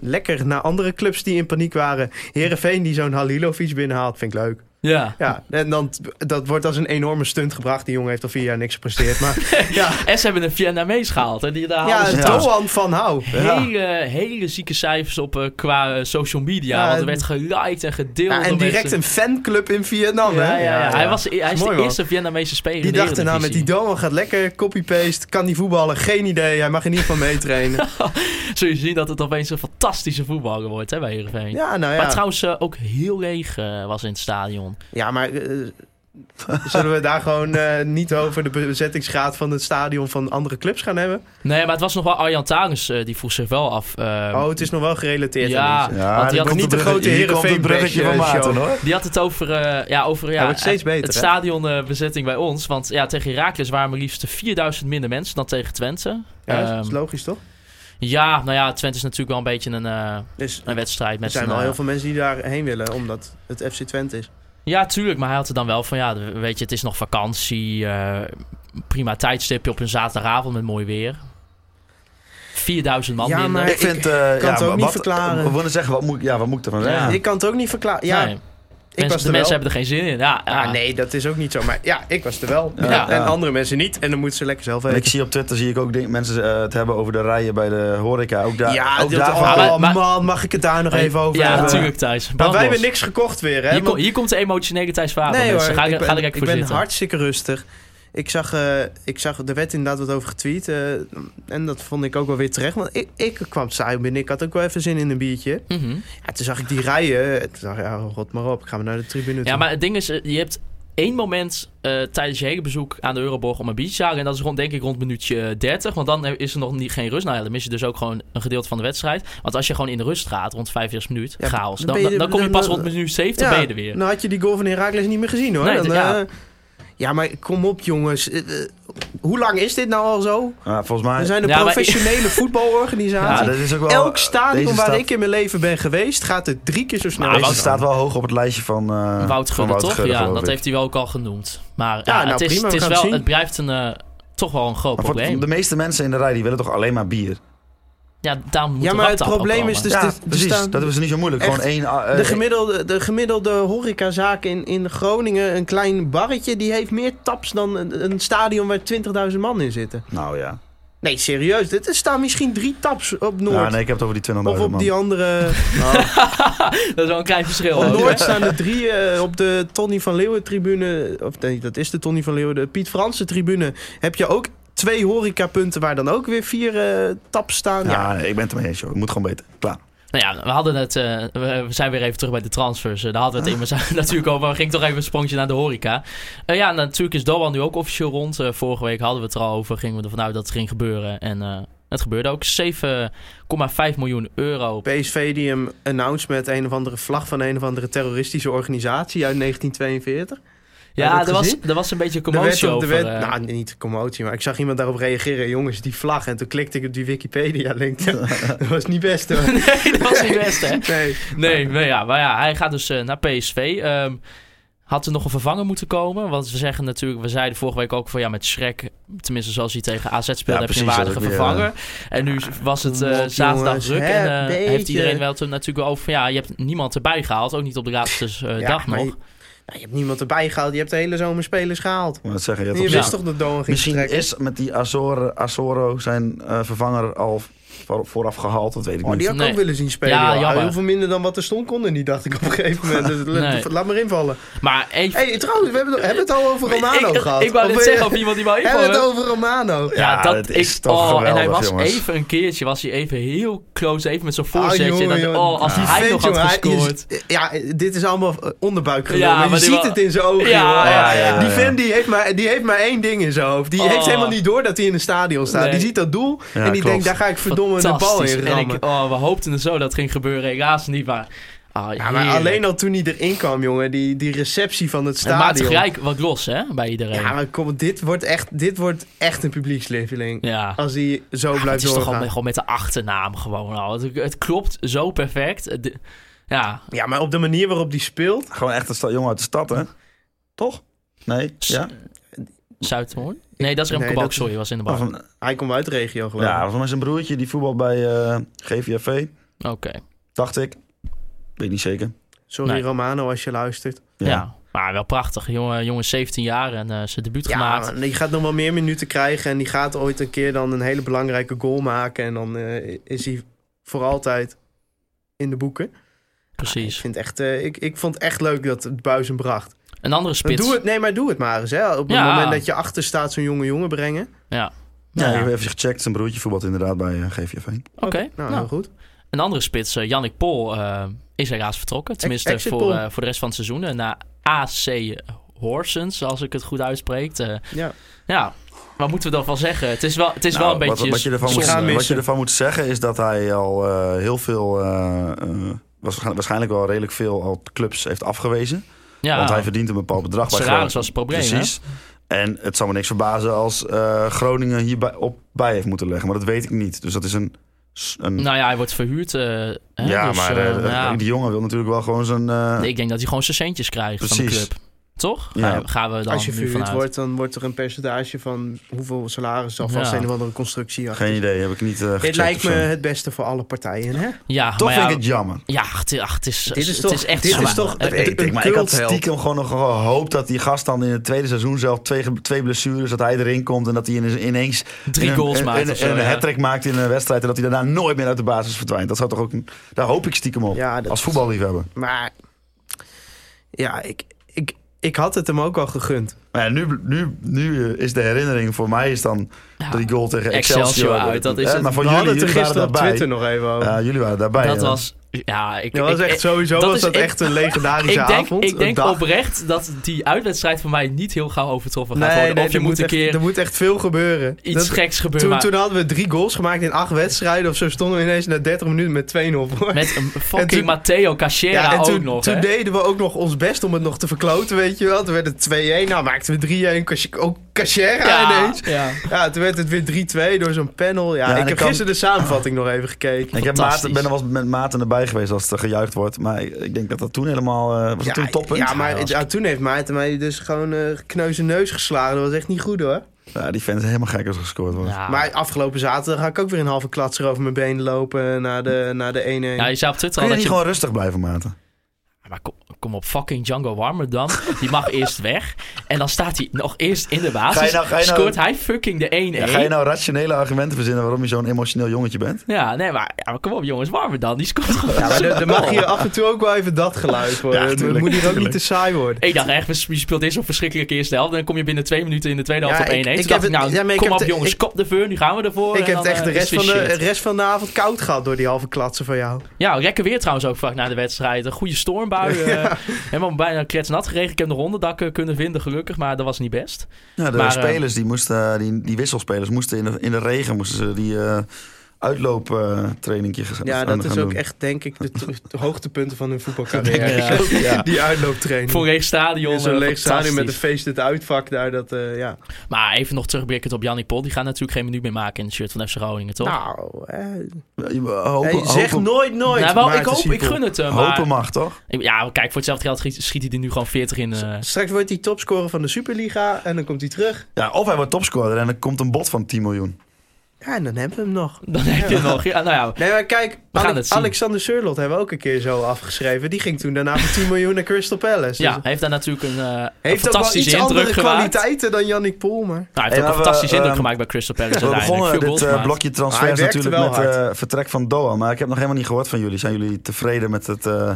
Speaker 6: lekker naar andere clubs die in paniek waren. Herenveen die zo'n Halilovic binnenhaalt, vind ik leuk.
Speaker 4: Ja.
Speaker 6: Ja, en dan, dat wordt als een enorme stunt gebracht. Die jongen heeft al vier jaar niks gepresteerd. Maar ja,
Speaker 4: En ze hebben een Vietnamees gehaald. Hè? Die, daar
Speaker 6: ja,
Speaker 4: haalden ze
Speaker 5: toch.
Speaker 6: Doan van Hou. Ja.
Speaker 4: hele, hele zieke cijfers op eh, qua eh, social media.
Speaker 6: Ja,
Speaker 4: want er
Speaker 6: en-
Speaker 4: werd geliked en gedeeld.
Speaker 6: Ja, en
Speaker 4: door
Speaker 6: direct
Speaker 4: mensen.
Speaker 6: een fanclub in Vietnam.
Speaker 4: Ja, ja,
Speaker 6: hè?
Speaker 4: ja. Hij, was, hij is
Speaker 6: Mooi,
Speaker 4: de
Speaker 6: man.
Speaker 4: eerste Vietnamese speler
Speaker 6: Die
Speaker 4: in de
Speaker 6: dachten nou met die
Speaker 4: Eredivisie.
Speaker 6: Doan gaat lekker, copy-paste, kan die voetballen, geen idee. Hij mag in ieder geval meetrainen.
Speaker 4: Zul je zien dat het opeens een fantastische voetballer wordt hè, bij Heerenveen.
Speaker 6: ja, nou
Speaker 4: Maar
Speaker 6: ja.
Speaker 4: trouwens eh, ook heel leeg eh, was in het stadion.
Speaker 6: Ja, maar eh, zullen we daar gewoon eh, niet over de bezettingsgraad van het stadion van andere clubs gaan hebben?
Speaker 4: Nee, maar het was nog wel Arjan Tagens eh, die vroeg zich wel af. eh,
Speaker 6: Oh, het is nog wel gerelateerd aan
Speaker 4: ja,
Speaker 6: iets.
Speaker 5: Ja,
Speaker 4: want
Speaker 5: dit
Speaker 4: die had,
Speaker 5: komt het
Speaker 6: niet de
Speaker 5: brug-
Speaker 6: grote
Speaker 5: hier komt het
Speaker 6: Heerenveen
Speaker 5: bruggetje van
Speaker 6: bash, eh,
Speaker 5: Maarten, hoor.
Speaker 4: die had het over, eh, ja, over ja,
Speaker 6: Hij wordt steeds
Speaker 4: eh,
Speaker 6: beter,
Speaker 4: het
Speaker 6: hè?
Speaker 4: stadionbezetting bij ons. Want ja, tegen Herakles waren maar liefst 4000 minder mensen dan tegen Twente.
Speaker 6: Ja,
Speaker 4: Ehm,
Speaker 6: dat is logisch toch?
Speaker 4: Ja, nou ja, Twente is natuurlijk wel een beetje een, eh,
Speaker 6: Dus
Speaker 4: een wedstrijd.
Speaker 6: er
Speaker 4: Met
Speaker 6: zijn
Speaker 4: zijn,
Speaker 6: wel
Speaker 4: eh,
Speaker 6: heel veel mensen die daarheen willen, omdat het FC Twente is.
Speaker 4: Ja, tuurlijk. Maar hij had er dan wel van, ja, weet je, het is nog vakantie. eh, prima tijdstipje op een zaterdagavond met mooi weer. 4000 man
Speaker 6: Ja,
Speaker 4: minder.
Speaker 6: maar-
Speaker 5: Ik vind... eh,
Speaker 6: kan
Speaker 5: ja,
Speaker 6: het ook
Speaker 5: wat-
Speaker 6: niet verklaren.
Speaker 5: We willen zeggen, wat moet, ik- ja, wat moet ik ervan
Speaker 4: Ja.
Speaker 5: zeggen?
Speaker 6: Ik kan het ook niet verklaren. Ja,
Speaker 4: Nee,
Speaker 6: ik
Speaker 4: mensen-
Speaker 6: was
Speaker 4: de
Speaker 6: er wel.
Speaker 4: mensen hebben er geen zin in. Ja, ja.
Speaker 6: Ah, nee, dat is ook niet zo. Maar ja, ik was er wel.
Speaker 4: Ja.
Speaker 6: En andere mensen niet. En dan moeten ze lekker zelf
Speaker 5: En
Speaker 6: weten.
Speaker 5: Eh, ik zie op Twitter zie ik ook ding- mensen eh, het hebben over de rijen bij de horeca. Ook daar,
Speaker 6: ja,
Speaker 5: ook
Speaker 6: dit-
Speaker 5: daarvan-
Speaker 6: oh,
Speaker 4: Maar- maar-
Speaker 6: man, mag ik het daar nog
Speaker 4: Maar-
Speaker 6: even over
Speaker 4: Ja,
Speaker 6: hebben?
Speaker 4: natuurlijk, Thijs.
Speaker 6: Maar wij
Speaker 4: Brandlos.
Speaker 6: hebben niks gekocht weer,
Speaker 4: Hier,
Speaker 6: hè? want-
Speaker 4: kom- hier komt de emotionele Thijs Vader.
Speaker 6: Nee
Speaker 4: mensen.
Speaker 6: hoor,
Speaker 4: Ga,
Speaker 6: ik
Speaker 4: ik
Speaker 6: ben,
Speaker 4: ga er lekker
Speaker 6: ik
Speaker 4: voor
Speaker 6: ben
Speaker 4: zitten.
Speaker 6: hartstikke rustig. Ik zag, eh, ik zag, er werd inderdaad wat over getweet. eh, en dat vond ik ook wel weer terecht. Want ik, ik kwam saai binnen. Ik had ook wel even zin in een biertje.
Speaker 4: Mhm.
Speaker 6: Ja, toen zag ik die rijen. en Toen dacht ik, ja, rot maar op. Ik ga maar naar de tribune toe.
Speaker 4: Ja, maar het ding is, eh, je hebt één moment eh, tijdens je hele bezoek aan de Euroborg om een biertje te halen. En dat is rond, denk ik rond minuutje 30. Want dan eh, is er nog niet, geen rust. Nou ja, dan mis je dus ook gewoon een gedeelte van de wedstrijd. Want als je gewoon in de rust gaat, rond 45 minuten,
Speaker 6: Ja,
Speaker 4: chaos.
Speaker 6: dan
Speaker 4: Dan,
Speaker 6: ben je-
Speaker 4: dan, dan kom je
Speaker 6: dan-
Speaker 4: pas
Speaker 6: dan-
Speaker 4: rond minuut 70,
Speaker 6: Ja,
Speaker 4: ben je er weer.
Speaker 6: Nou had je die goal van Herakles niet meer gezien, hoor.
Speaker 4: Nee, dat-
Speaker 6: eh,
Speaker 4: ja.
Speaker 6: ja, maar kom op, jongens. Eh, eh, hoe lang is dit nou al zo?
Speaker 5: Ja, Ah, volgens mij...
Speaker 6: We zijn een
Speaker 4: Ja, maar-
Speaker 6: professionele
Speaker 5: ja,
Speaker 6: voetbalorganisatie.
Speaker 5: dat is ook wel,
Speaker 6: Elk stadion
Speaker 5: deze
Speaker 6: waar
Speaker 5: staat-
Speaker 6: ik in mijn leven ben geweest, gaat het drie keer zo snel.
Speaker 4: Ah,
Speaker 5: Deze
Speaker 4: Wout-
Speaker 5: staat wel hoog op het lijstje van eh,
Speaker 4: Wout
Speaker 5: van
Speaker 4: Gudde, toch?
Speaker 5: Gudde,
Speaker 4: ja,
Speaker 5: geloof
Speaker 4: dat
Speaker 5: ik.
Speaker 4: heeft hij wel ook al genoemd. Maar
Speaker 6: Ja,
Speaker 4: ja,
Speaker 6: nou,
Speaker 4: het, is,
Speaker 6: prima, we
Speaker 4: het, is
Speaker 6: gaan
Speaker 4: wel,
Speaker 6: het zien.
Speaker 4: het blijft een, eh, toch wel een groot
Speaker 5: Maar voor
Speaker 4: probleem.
Speaker 5: de meeste mensen in de rij die willen toch alleen maar bier?
Speaker 4: Ja, daarom moet
Speaker 6: Ja,
Speaker 4: de
Speaker 6: maar het
Speaker 4: raptap ook
Speaker 6: probleem
Speaker 4: komen.
Speaker 6: is dus-
Speaker 5: ja,
Speaker 6: dit- er
Speaker 5: precies.
Speaker 6: staan-
Speaker 5: Dat is dus niet zo moeilijk.
Speaker 6: Echt,
Speaker 5: Gewoon één... ah, eh,
Speaker 6: De gemiddelde, de gemiddelde horecazaak in, in Groningen, een klein barretje, die heeft meer taps dan een, een stadion waar 20.000 man in zitten.
Speaker 5: nou ja.
Speaker 6: Nee, serieus. dit- Er staan misschien drie taps op Noord.
Speaker 5: Ja, nee, ik heb het over die 20.000
Speaker 6: Of op
Speaker 5: man.
Speaker 6: die andere.
Speaker 4: Dat is wel een klein
Speaker 5: Oh,
Speaker 4: verschil.
Speaker 6: Op
Speaker 4: ook.
Speaker 6: Noord staan er drie eh, op de Tony van Leeuwen tribune. Of nee, dat is de Tony van Leeuwen. De Piet Fransen tribune. Heb je ook twee horecapunten waar dan ook weer vier eh, taps staan. Ja.
Speaker 5: Ja, nee, ik ben het ermee eens, joh. Het moet gewoon beter. Klaar.
Speaker 4: Nou ja, we hadden het. eh, we, we zijn weer even terug bij de transfers. Eh, daar hadden we het immers natuurlijk over. We gingen toch even een sprongje naar de horeca. Eh, ja, natuurlijk is Doan nu ook officieel rond. Eh, vorige week hadden we het er al over. Gingen we ervan uit dat het ging gebeuren. En eh, het gebeurde ook. 7,5 miljoen euro.
Speaker 6: PSV die hem announced met een of andere vlag van een of andere terroristische organisatie uit 1942. je
Speaker 4: Ja,
Speaker 6: dat
Speaker 4: er was,
Speaker 6: gezien?
Speaker 4: er was een beetje
Speaker 6: Er werd
Speaker 4: commotie
Speaker 6: op-
Speaker 4: over.
Speaker 6: er werd-
Speaker 4: eh.
Speaker 6: nou, niet commotie, maar ik zag iemand daarop reageren. Jongens, die vlag. En toen klikte ik op die Wikipedia-link. dat was niet best hoor.
Speaker 4: nee, dat was niet best, hè?
Speaker 6: Nee.
Speaker 4: Nee, maar ja, maar ja, hij gaat dus eh, naar PSV. Ehm, had er nog een vervanger moeten komen? Want we zeggen natuurlijk, we zeiden vorige week ook van ja, met Schrek, tenminste zoals hij tegen AZ speelde,
Speaker 5: Ja,
Speaker 4: heb je een
Speaker 5: precies,
Speaker 4: waardige
Speaker 5: dat ook weer,
Speaker 4: vervanger. En nu was het eh,
Speaker 6: kom op,
Speaker 4: zaterdag
Speaker 6: jongens,
Speaker 4: druk
Speaker 6: hè,
Speaker 4: en eh,
Speaker 6: beetje.
Speaker 4: heeft iedereen wel toen natuurlijk wel over van ja, je hebt niemand erbij gehaald, ook niet op de laatste eh,
Speaker 6: Ja,
Speaker 4: dag
Speaker 6: maar
Speaker 4: nog.
Speaker 6: je- Nou, je hebt niemand erbij gehaald. Je hebt de hele zomer spelers gehaald.
Speaker 5: Ik moet het zeggen. Je
Speaker 6: Je
Speaker 5: hebt op-
Speaker 6: wist
Speaker 4: Ja.
Speaker 6: toch dat Doan ging
Speaker 5: Misschien
Speaker 6: vertrekken?
Speaker 5: is met die Azor, Azoro zijn eh, vervanger al voor- vooraf gehaald. Dat weet ik
Speaker 6: Oh,
Speaker 5: niet.
Speaker 6: die had ik
Speaker 4: Nee.
Speaker 6: ook willen zien spelen.
Speaker 4: Ja,
Speaker 6: joh.
Speaker 4: jammer.
Speaker 6: Heel veel minder dan wat er stond konden niet, dacht ik op een gegeven moment. Dus la-
Speaker 4: Nee.
Speaker 6: Laat maar invallen.
Speaker 4: Maar even,
Speaker 6: hey, trouwens, we hebben, het- hebben we het al over Romano
Speaker 4: ik,
Speaker 6: gehad. eh,
Speaker 4: ik wou net
Speaker 6: wil je-
Speaker 4: zeggen of iemand die wel
Speaker 6: Hebben we het
Speaker 4: even.
Speaker 6: over Romano?
Speaker 4: Ja,
Speaker 5: Ja,
Speaker 4: dat
Speaker 5: dat
Speaker 4: ik,
Speaker 5: is toch
Speaker 4: oh, En hij
Speaker 5: geweldig,
Speaker 4: was
Speaker 5: jongens.
Speaker 4: even een keertje, was hij even heel close, even met zo'n
Speaker 6: Ah,
Speaker 4: voorzetje. en
Speaker 6: jongen,
Speaker 4: dan,
Speaker 6: jongen.
Speaker 4: oh, als
Speaker 6: Die
Speaker 4: hij
Speaker 6: vent,
Speaker 4: nog had
Speaker 6: jongen, hij is-
Speaker 4: gescoord.
Speaker 6: ja, dit is allemaal eh, onderbuikgelul.
Speaker 4: Ja,
Speaker 6: maar je
Speaker 4: maar die
Speaker 6: ziet
Speaker 4: wa-
Speaker 6: het in zijn
Speaker 4: Ja,
Speaker 6: ogen. joh.
Speaker 5: ja, ja, ja,
Speaker 6: Die
Speaker 5: ja.
Speaker 6: vent die heeft, maar, die heeft maar één ding in zijn hoofd. Die
Speaker 4: Oh.
Speaker 6: heeft helemaal niet door dat hij in een stadion staat.
Speaker 4: Nee.
Speaker 6: Die ziet dat doel en die
Speaker 5: klopt.
Speaker 6: denkt, daar ga ik verdomme de bal
Speaker 4: Fantastisch.
Speaker 6: in rammen.
Speaker 4: En ik, oh, we hoopten er zo dat het ging gebeuren. Helaas niet, maar... ah,
Speaker 6: ja, maar
Speaker 4: heerlijk.
Speaker 6: alleen al toen hij erin kwam, jongen. Die, die receptie van het
Speaker 4: Het maakt
Speaker 6: stadion.
Speaker 4: gelijk wat los, hè, bij iedereen.
Speaker 6: ja,
Speaker 4: Ja,
Speaker 6: maar kom, dit wordt echt, dit wordt echt een publiekslieveling. Als hij zo
Speaker 4: Maar het
Speaker 6: blijft
Speaker 4: is toch al
Speaker 6: Oh, doorgaan.
Speaker 4: met, gewoon met de achternaam gewoon al. Het, het klopt zo perfect. Het- de- ja,
Speaker 6: Ja, maar op de manier waarop die speelt.
Speaker 5: Gewoon echt een sta- jongen uit de stad, hè? Toch? Nee? Ja?
Speaker 4: Zuidhoorn? Nee, dat is Remco
Speaker 6: Nee, dat
Speaker 4: Balk,
Speaker 6: is-
Speaker 4: sorry, was in de
Speaker 5: Maar
Speaker 4: bar.
Speaker 5: van-
Speaker 6: Hij komt uit de regio, geloof ik.
Speaker 5: ja, volgens mij zijn broertje die voetbal bij eh, GVFV.
Speaker 4: Oké,
Speaker 5: Dacht ik. Weet niet zeker.
Speaker 6: Sorry
Speaker 4: Nee.
Speaker 6: Romano als je luistert.
Speaker 4: ja. Maar wel prachtig. Jongen, jongen is 17 jaar en eh, zijn debuut
Speaker 6: Ja,
Speaker 4: gemaakt.
Speaker 6: maar die gaat nog wel meer minuten krijgen. En die gaat ooit een keer dan een hele belangrijke goal maken. En dan eh, is hij voor altijd in de boeken. Ik,
Speaker 4: Precies.
Speaker 6: vind echt, eh, ik, ik vond echt leuk dat het buis hem bracht.
Speaker 4: Een andere
Speaker 6: Maar
Speaker 4: spits.
Speaker 6: doe het, nee, maar doe het maar eens. Hè. Op het
Speaker 4: Ja.
Speaker 6: moment dat je achter staat zo'n jonge jongen brengen.
Speaker 4: Ja.
Speaker 5: Ja,
Speaker 4: Nou,
Speaker 5: ik
Speaker 4: ja.
Speaker 5: heb even gecheckt. Zijn broertje voetbalt inderdaad bij eh, GVFV.
Speaker 4: Oké.
Speaker 6: Nou,
Speaker 4: nou.
Speaker 6: heel goed.
Speaker 4: Een andere spits, eh, Yannick Pol, eh, is helaas vertrokken. Tenminste
Speaker 6: exit
Speaker 4: voor,
Speaker 6: Pol.
Speaker 4: eh, voor de rest van het seizoen. eh, Naar AC Horsens, als ik het goed uitspreek. Eh,
Speaker 6: Ja.
Speaker 4: ja, wat moeten we ervan zeggen? Het is wel, het is
Speaker 5: Nou,
Speaker 4: wel een
Speaker 5: wat,
Speaker 4: beetje...
Speaker 5: wat, je ervan
Speaker 4: zonde.
Speaker 5: moet,
Speaker 6: gaan
Speaker 5: wat je
Speaker 6: missen.
Speaker 5: ervan moet zeggen is dat hij al eh, heel veel... eh, eh, waarschijnlijk- waarschijnlijk wel redelijk veel al clubs heeft afgewezen.
Speaker 4: Ja,
Speaker 5: Want hij verdient een bepaald bedrag. bij
Speaker 4: Serraris
Speaker 5: Groningen.
Speaker 4: was het probleem, hè?
Speaker 5: Precies. En het zou me niks verbazen als eh, Groningen hierbij op bij heeft moeten leggen. Maar dat weet ik niet. Dus dat is een s- een-
Speaker 4: Nou ja, hij wordt verhuurd. eh, hè,
Speaker 5: ja,
Speaker 4: dus,
Speaker 5: maar
Speaker 4: eh,
Speaker 5: eh,
Speaker 4: ja.
Speaker 5: die jongen wil natuurlijk wel gewoon zijn... eh,
Speaker 4: Ik denk dat hij gewoon zijn centjes krijgt van de
Speaker 5: Precies.
Speaker 4: club. Toch?
Speaker 5: Ja.
Speaker 4: Gaan- Gaan we dan
Speaker 6: Als je
Speaker 4: nu
Speaker 6: verhuurd
Speaker 4: vanuit?
Speaker 6: wordt, dan wordt er een percentage van hoeveel salaris of vast
Speaker 4: Ja.
Speaker 6: een of andere constructie. achter.
Speaker 5: geen
Speaker 4: Dus
Speaker 5: idee, heb ik niet eh
Speaker 6: Dit
Speaker 5: gecheckt
Speaker 6: lijkt
Speaker 5: of
Speaker 6: me
Speaker 5: zo.
Speaker 6: het beste voor alle partijen, hè?
Speaker 4: Ja,
Speaker 5: Toch
Speaker 4: maar
Speaker 5: vind
Speaker 4: ja,
Speaker 5: ik het jammer.
Speaker 4: ja, ach, het, ach, het is,
Speaker 6: is
Speaker 4: het
Speaker 6: toch-
Speaker 4: is echt
Speaker 6: dit is
Speaker 4: zwaar.
Speaker 6: toch-
Speaker 4: Eh,
Speaker 6: weet
Speaker 5: Ik,
Speaker 6: ik,
Speaker 5: maar ik had
Speaker 6: cultheld.
Speaker 5: stiekem gewoon nog gehoopt dat die gast dan in het tweede seizoen zelf twee, ge- twee blessures, dat hij erin komt en dat hij in- ineens
Speaker 4: Drie
Speaker 5: in een-
Speaker 4: goals
Speaker 5: in-
Speaker 4: maakt
Speaker 5: in-
Speaker 4: of zo,
Speaker 5: in een
Speaker 4: ja.
Speaker 5: hat-trick maakt in een wedstrijd en dat hij daarna nooit meer uit de basis verdwijnt. Dat zou toch ook, daar hoop ik stiekem op,
Speaker 6: Ja, dat-
Speaker 5: als voetballiefhebber.
Speaker 6: Maar ja, ik, ik, ik had het hem ook al gegund.
Speaker 5: Maar ja, nu, nu, nu eh, is de herinnering voor mij is dan
Speaker 4: Ja.
Speaker 5: die goal tegen
Speaker 4: Excelsior
Speaker 5: Excelsior.
Speaker 4: uit, dat is
Speaker 5: Hè,
Speaker 4: het.
Speaker 5: Maar voor
Speaker 6: We
Speaker 5: jullie,
Speaker 6: hadden het er
Speaker 5: jullie waren
Speaker 6: gisteren op
Speaker 5: daarbij.
Speaker 6: Twitter nog even over.
Speaker 5: Ja, jullie waren daarbij.
Speaker 4: Dat
Speaker 5: hè.
Speaker 4: was... Ja, ik,
Speaker 6: Ja, dat was
Speaker 4: ik-
Speaker 6: echt sowieso
Speaker 4: dat
Speaker 6: was
Speaker 4: is
Speaker 6: dat
Speaker 4: echt-
Speaker 6: echt een legendarische
Speaker 4: ik denk,
Speaker 6: avond.
Speaker 4: ik denk
Speaker 6: Een dag.
Speaker 4: oprecht dat die uitwedstrijd voor mij niet heel gauw overtroffen gaat
Speaker 6: Nee,
Speaker 4: worden.
Speaker 6: nee,
Speaker 4: of je
Speaker 6: er
Speaker 4: moet een
Speaker 6: echt-
Speaker 4: keer
Speaker 6: Er moet echt veel gebeuren.
Speaker 4: iets
Speaker 6: Dat-
Speaker 4: geks gebeuren.
Speaker 6: toen,
Speaker 4: maar
Speaker 6: toen hadden we drie goals gemaakt in acht wedstrijden of zo. Stonden we ineens na 30 minuten met 2-0 voor.
Speaker 4: met een fucking
Speaker 6: toen-
Speaker 4: Matteo Cachera
Speaker 6: en
Speaker 4: ook
Speaker 6: toen,
Speaker 4: nog.
Speaker 6: toen
Speaker 4: hè?
Speaker 6: deden we ook nog ons best om het nog te verkloten, weet je wel. Toen werd het 2-1, nou maakten we 3-1, Cas- ook Cachera oh, ineens.
Speaker 4: ja.
Speaker 6: Ja, toen werd het weer 3-2 door zo'n panel. Ja,
Speaker 5: Ja, en
Speaker 6: ik
Speaker 5: ik
Speaker 6: heb
Speaker 5: kan-
Speaker 6: gisteren de samenvatting nog even gekeken.
Speaker 5: Ik heb
Speaker 4: Fantastisch.
Speaker 5: Maarten- ben er wel eens met Maarten erbij geweest als het eh, gejuicht wordt. Maar ik, ik denk dat dat toen helemaal... eh, was
Speaker 6: Ja,
Speaker 5: dat toen toppunt?
Speaker 6: ja, maar
Speaker 4: Ja,
Speaker 6: het- ja, toen heeft Maarten mij dus gewoon eh kneuze neus geslagen. Dat was echt niet goed hoor.
Speaker 5: Ja, die fans helemaal gek als er gescoord wordt.
Speaker 4: Ja.
Speaker 6: Maar afgelopen zaterdag ga ik ook weer een halve klatser over mijn been lopen naar de, naar de 1-1.
Speaker 4: Ja, je zei op Twitter
Speaker 5: Kun
Speaker 4: al dat
Speaker 5: je niet
Speaker 4: je...
Speaker 5: gewoon rustig blijven, Maarten?
Speaker 4: Maar kom, kom op, fucking Django Warmer dan. Die mag eerst weg. En dan staat hij nog eerst in de basis.
Speaker 5: Ga je nou- ga je nou-
Speaker 4: scoort hij fucking de 1-1.
Speaker 5: Ja, ga je nou rationele argumenten verzinnen waarom je zo'n emotioneel jongetje bent?
Speaker 4: Ja, nee, maar, ja, maar kom op jongens, Warmer dan. Die scoort gewoon.
Speaker 6: Ja, maar er- er mag hier af en toe ook wel even dat geluid worden.
Speaker 5: Ja,
Speaker 6: Het
Speaker 5: tuurlijk,
Speaker 6: moet hier ook niet
Speaker 5: tuurlijk.
Speaker 6: te saai worden.
Speaker 4: Ik dacht echt, we- je speelt eerst zo'n verschrikkelijke eerste helft. En dan kom je binnen twee minuten in de tweede
Speaker 6: Ja,
Speaker 4: helft op 1-1.
Speaker 6: ik-
Speaker 4: Toen
Speaker 6: ik
Speaker 4: dacht
Speaker 6: heb
Speaker 4: ik, nou,
Speaker 6: het- ja, maar ik
Speaker 4: kom
Speaker 6: heb
Speaker 4: op
Speaker 6: het-
Speaker 4: jongens,
Speaker 6: ik-
Speaker 4: kop de veur, nu gaan we ervoor.
Speaker 6: Ik
Speaker 4: en
Speaker 6: heb het
Speaker 4: dan,
Speaker 6: echt de
Speaker 4: eh,
Speaker 6: rest
Speaker 4: is
Speaker 6: van de,
Speaker 4: weer shit.
Speaker 6: rest van de avond koud gehad door die halve klatsen van jou.
Speaker 4: Ja, rekken weer trouwens ook vaak na de wedstrijd. Een goede stormbui. eh helemaal bijna kletsnat geregen. Ik heb nog onderdakken kunnen vinden, gelukkig. Maar dat was niet best.
Speaker 5: Ja, de
Speaker 4: Maar, eh,
Speaker 5: spelers die moesten, die, die wisselspelers moesten in de, in de regen moesten ze die eh, uitlooptrainingje gaan
Speaker 6: Ja,
Speaker 5: gaan
Speaker 6: dat is
Speaker 5: doen.
Speaker 6: ook echt, denk ik, de, t- de hoogtepunten van hun voetbalcarrière.
Speaker 4: Denk ik
Speaker 5: Ja.
Speaker 6: Die uitlooptraining.
Speaker 4: Voor een leeg stadion.
Speaker 6: in zo'n
Speaker 4: eh,
Speaker 6: leeg stadion met een
Speaker 4: fantastisch.
Speaker 6: feest in het uitvak daar. Dat, eh, ja.
Speaker 4: Maar even nog terugblikkend op Jannik Pol. Die gaat natuurlijk geen minuut meer maken in het shirt van FC Groningen, toch?
Speaker 6: Nou, eh,
Speaker 5: Je- hopen,
Speaker 6: hey, zeg
Speaker 5: hopen,
Speaker 6: nooit nooit.
Speaker 4: Nou, wel, ik
Speaker 6: Maarten
Speaker 4: hoop, ik
Speaker 6: Siepel.
Speaker 4: gun het hem.
Speaker 5: hopen
Speaker 4: Maar,
Speaker 5: mag, toch?
Speaker 4: Ik- ja, maar kijk, voor hetzelfde geld schiet, schiet hij er nu gewoon 40 in. eh.
Speaker 6: Straks wordt hij topscorer van de Superliga en dan komt hij terug.
Speaker 5: Ja, of hij wordt topscorer en er komt een bod van 10 miljoen.
Speaker 6: Ja, en dan hebben we hem nog.
Speaker 4: dan heb je nog. Ja, nou ja,
Speaker 6: Nee, maar kijk,
Speaker 4: gaan
Speaker 6: Ale-
Speaker 4: het zien.
Speaker 6: Alexander Surlot hebben we ook een keer zo afgeschreven. Die ging toen daarna voor 10 miljoen naar Crystal Palace. Dus
Speaker 4: ja, hij heeft daar natuurlijk een, eh, een
Speaker 6: heeft ook wel iets
Speaker 4: fantastische
Speaker 6: andere
Speaker 4: indruk gemaakt. Nou,
Speaker 6: kwaliteiten dan Yannick Poel, maar...
Speaker 4: hij heeft
Speaker 5: Hey,
Speaker 4: ook een
Speaker 5: maar we,
Speaker 4: fantastische indruk
Speaker 5: ehm,
Speaker 4: gemaakt bij Crystal Palace.
Speaker 5: We
Speaker 4: uiteindelijk.
Speaker 5: begonnen
Speaker 4: Veel
Speaker 5: dit
Speaker 4: goals
Speaker 5: eh,
Speaker 4: gemaakt.
Speaker 5: blokje
Speaker 6: Maar
Speaker 5: transfers
Speaker 6: hij werkte
Speaker 5: natuurlijk met
Speaker 6: wel
Speaker 5: eh vertrek van Doan. Maar ik heb nog helemaal niet gehoord van jullie. Zijn jullie tevreden met het, eh,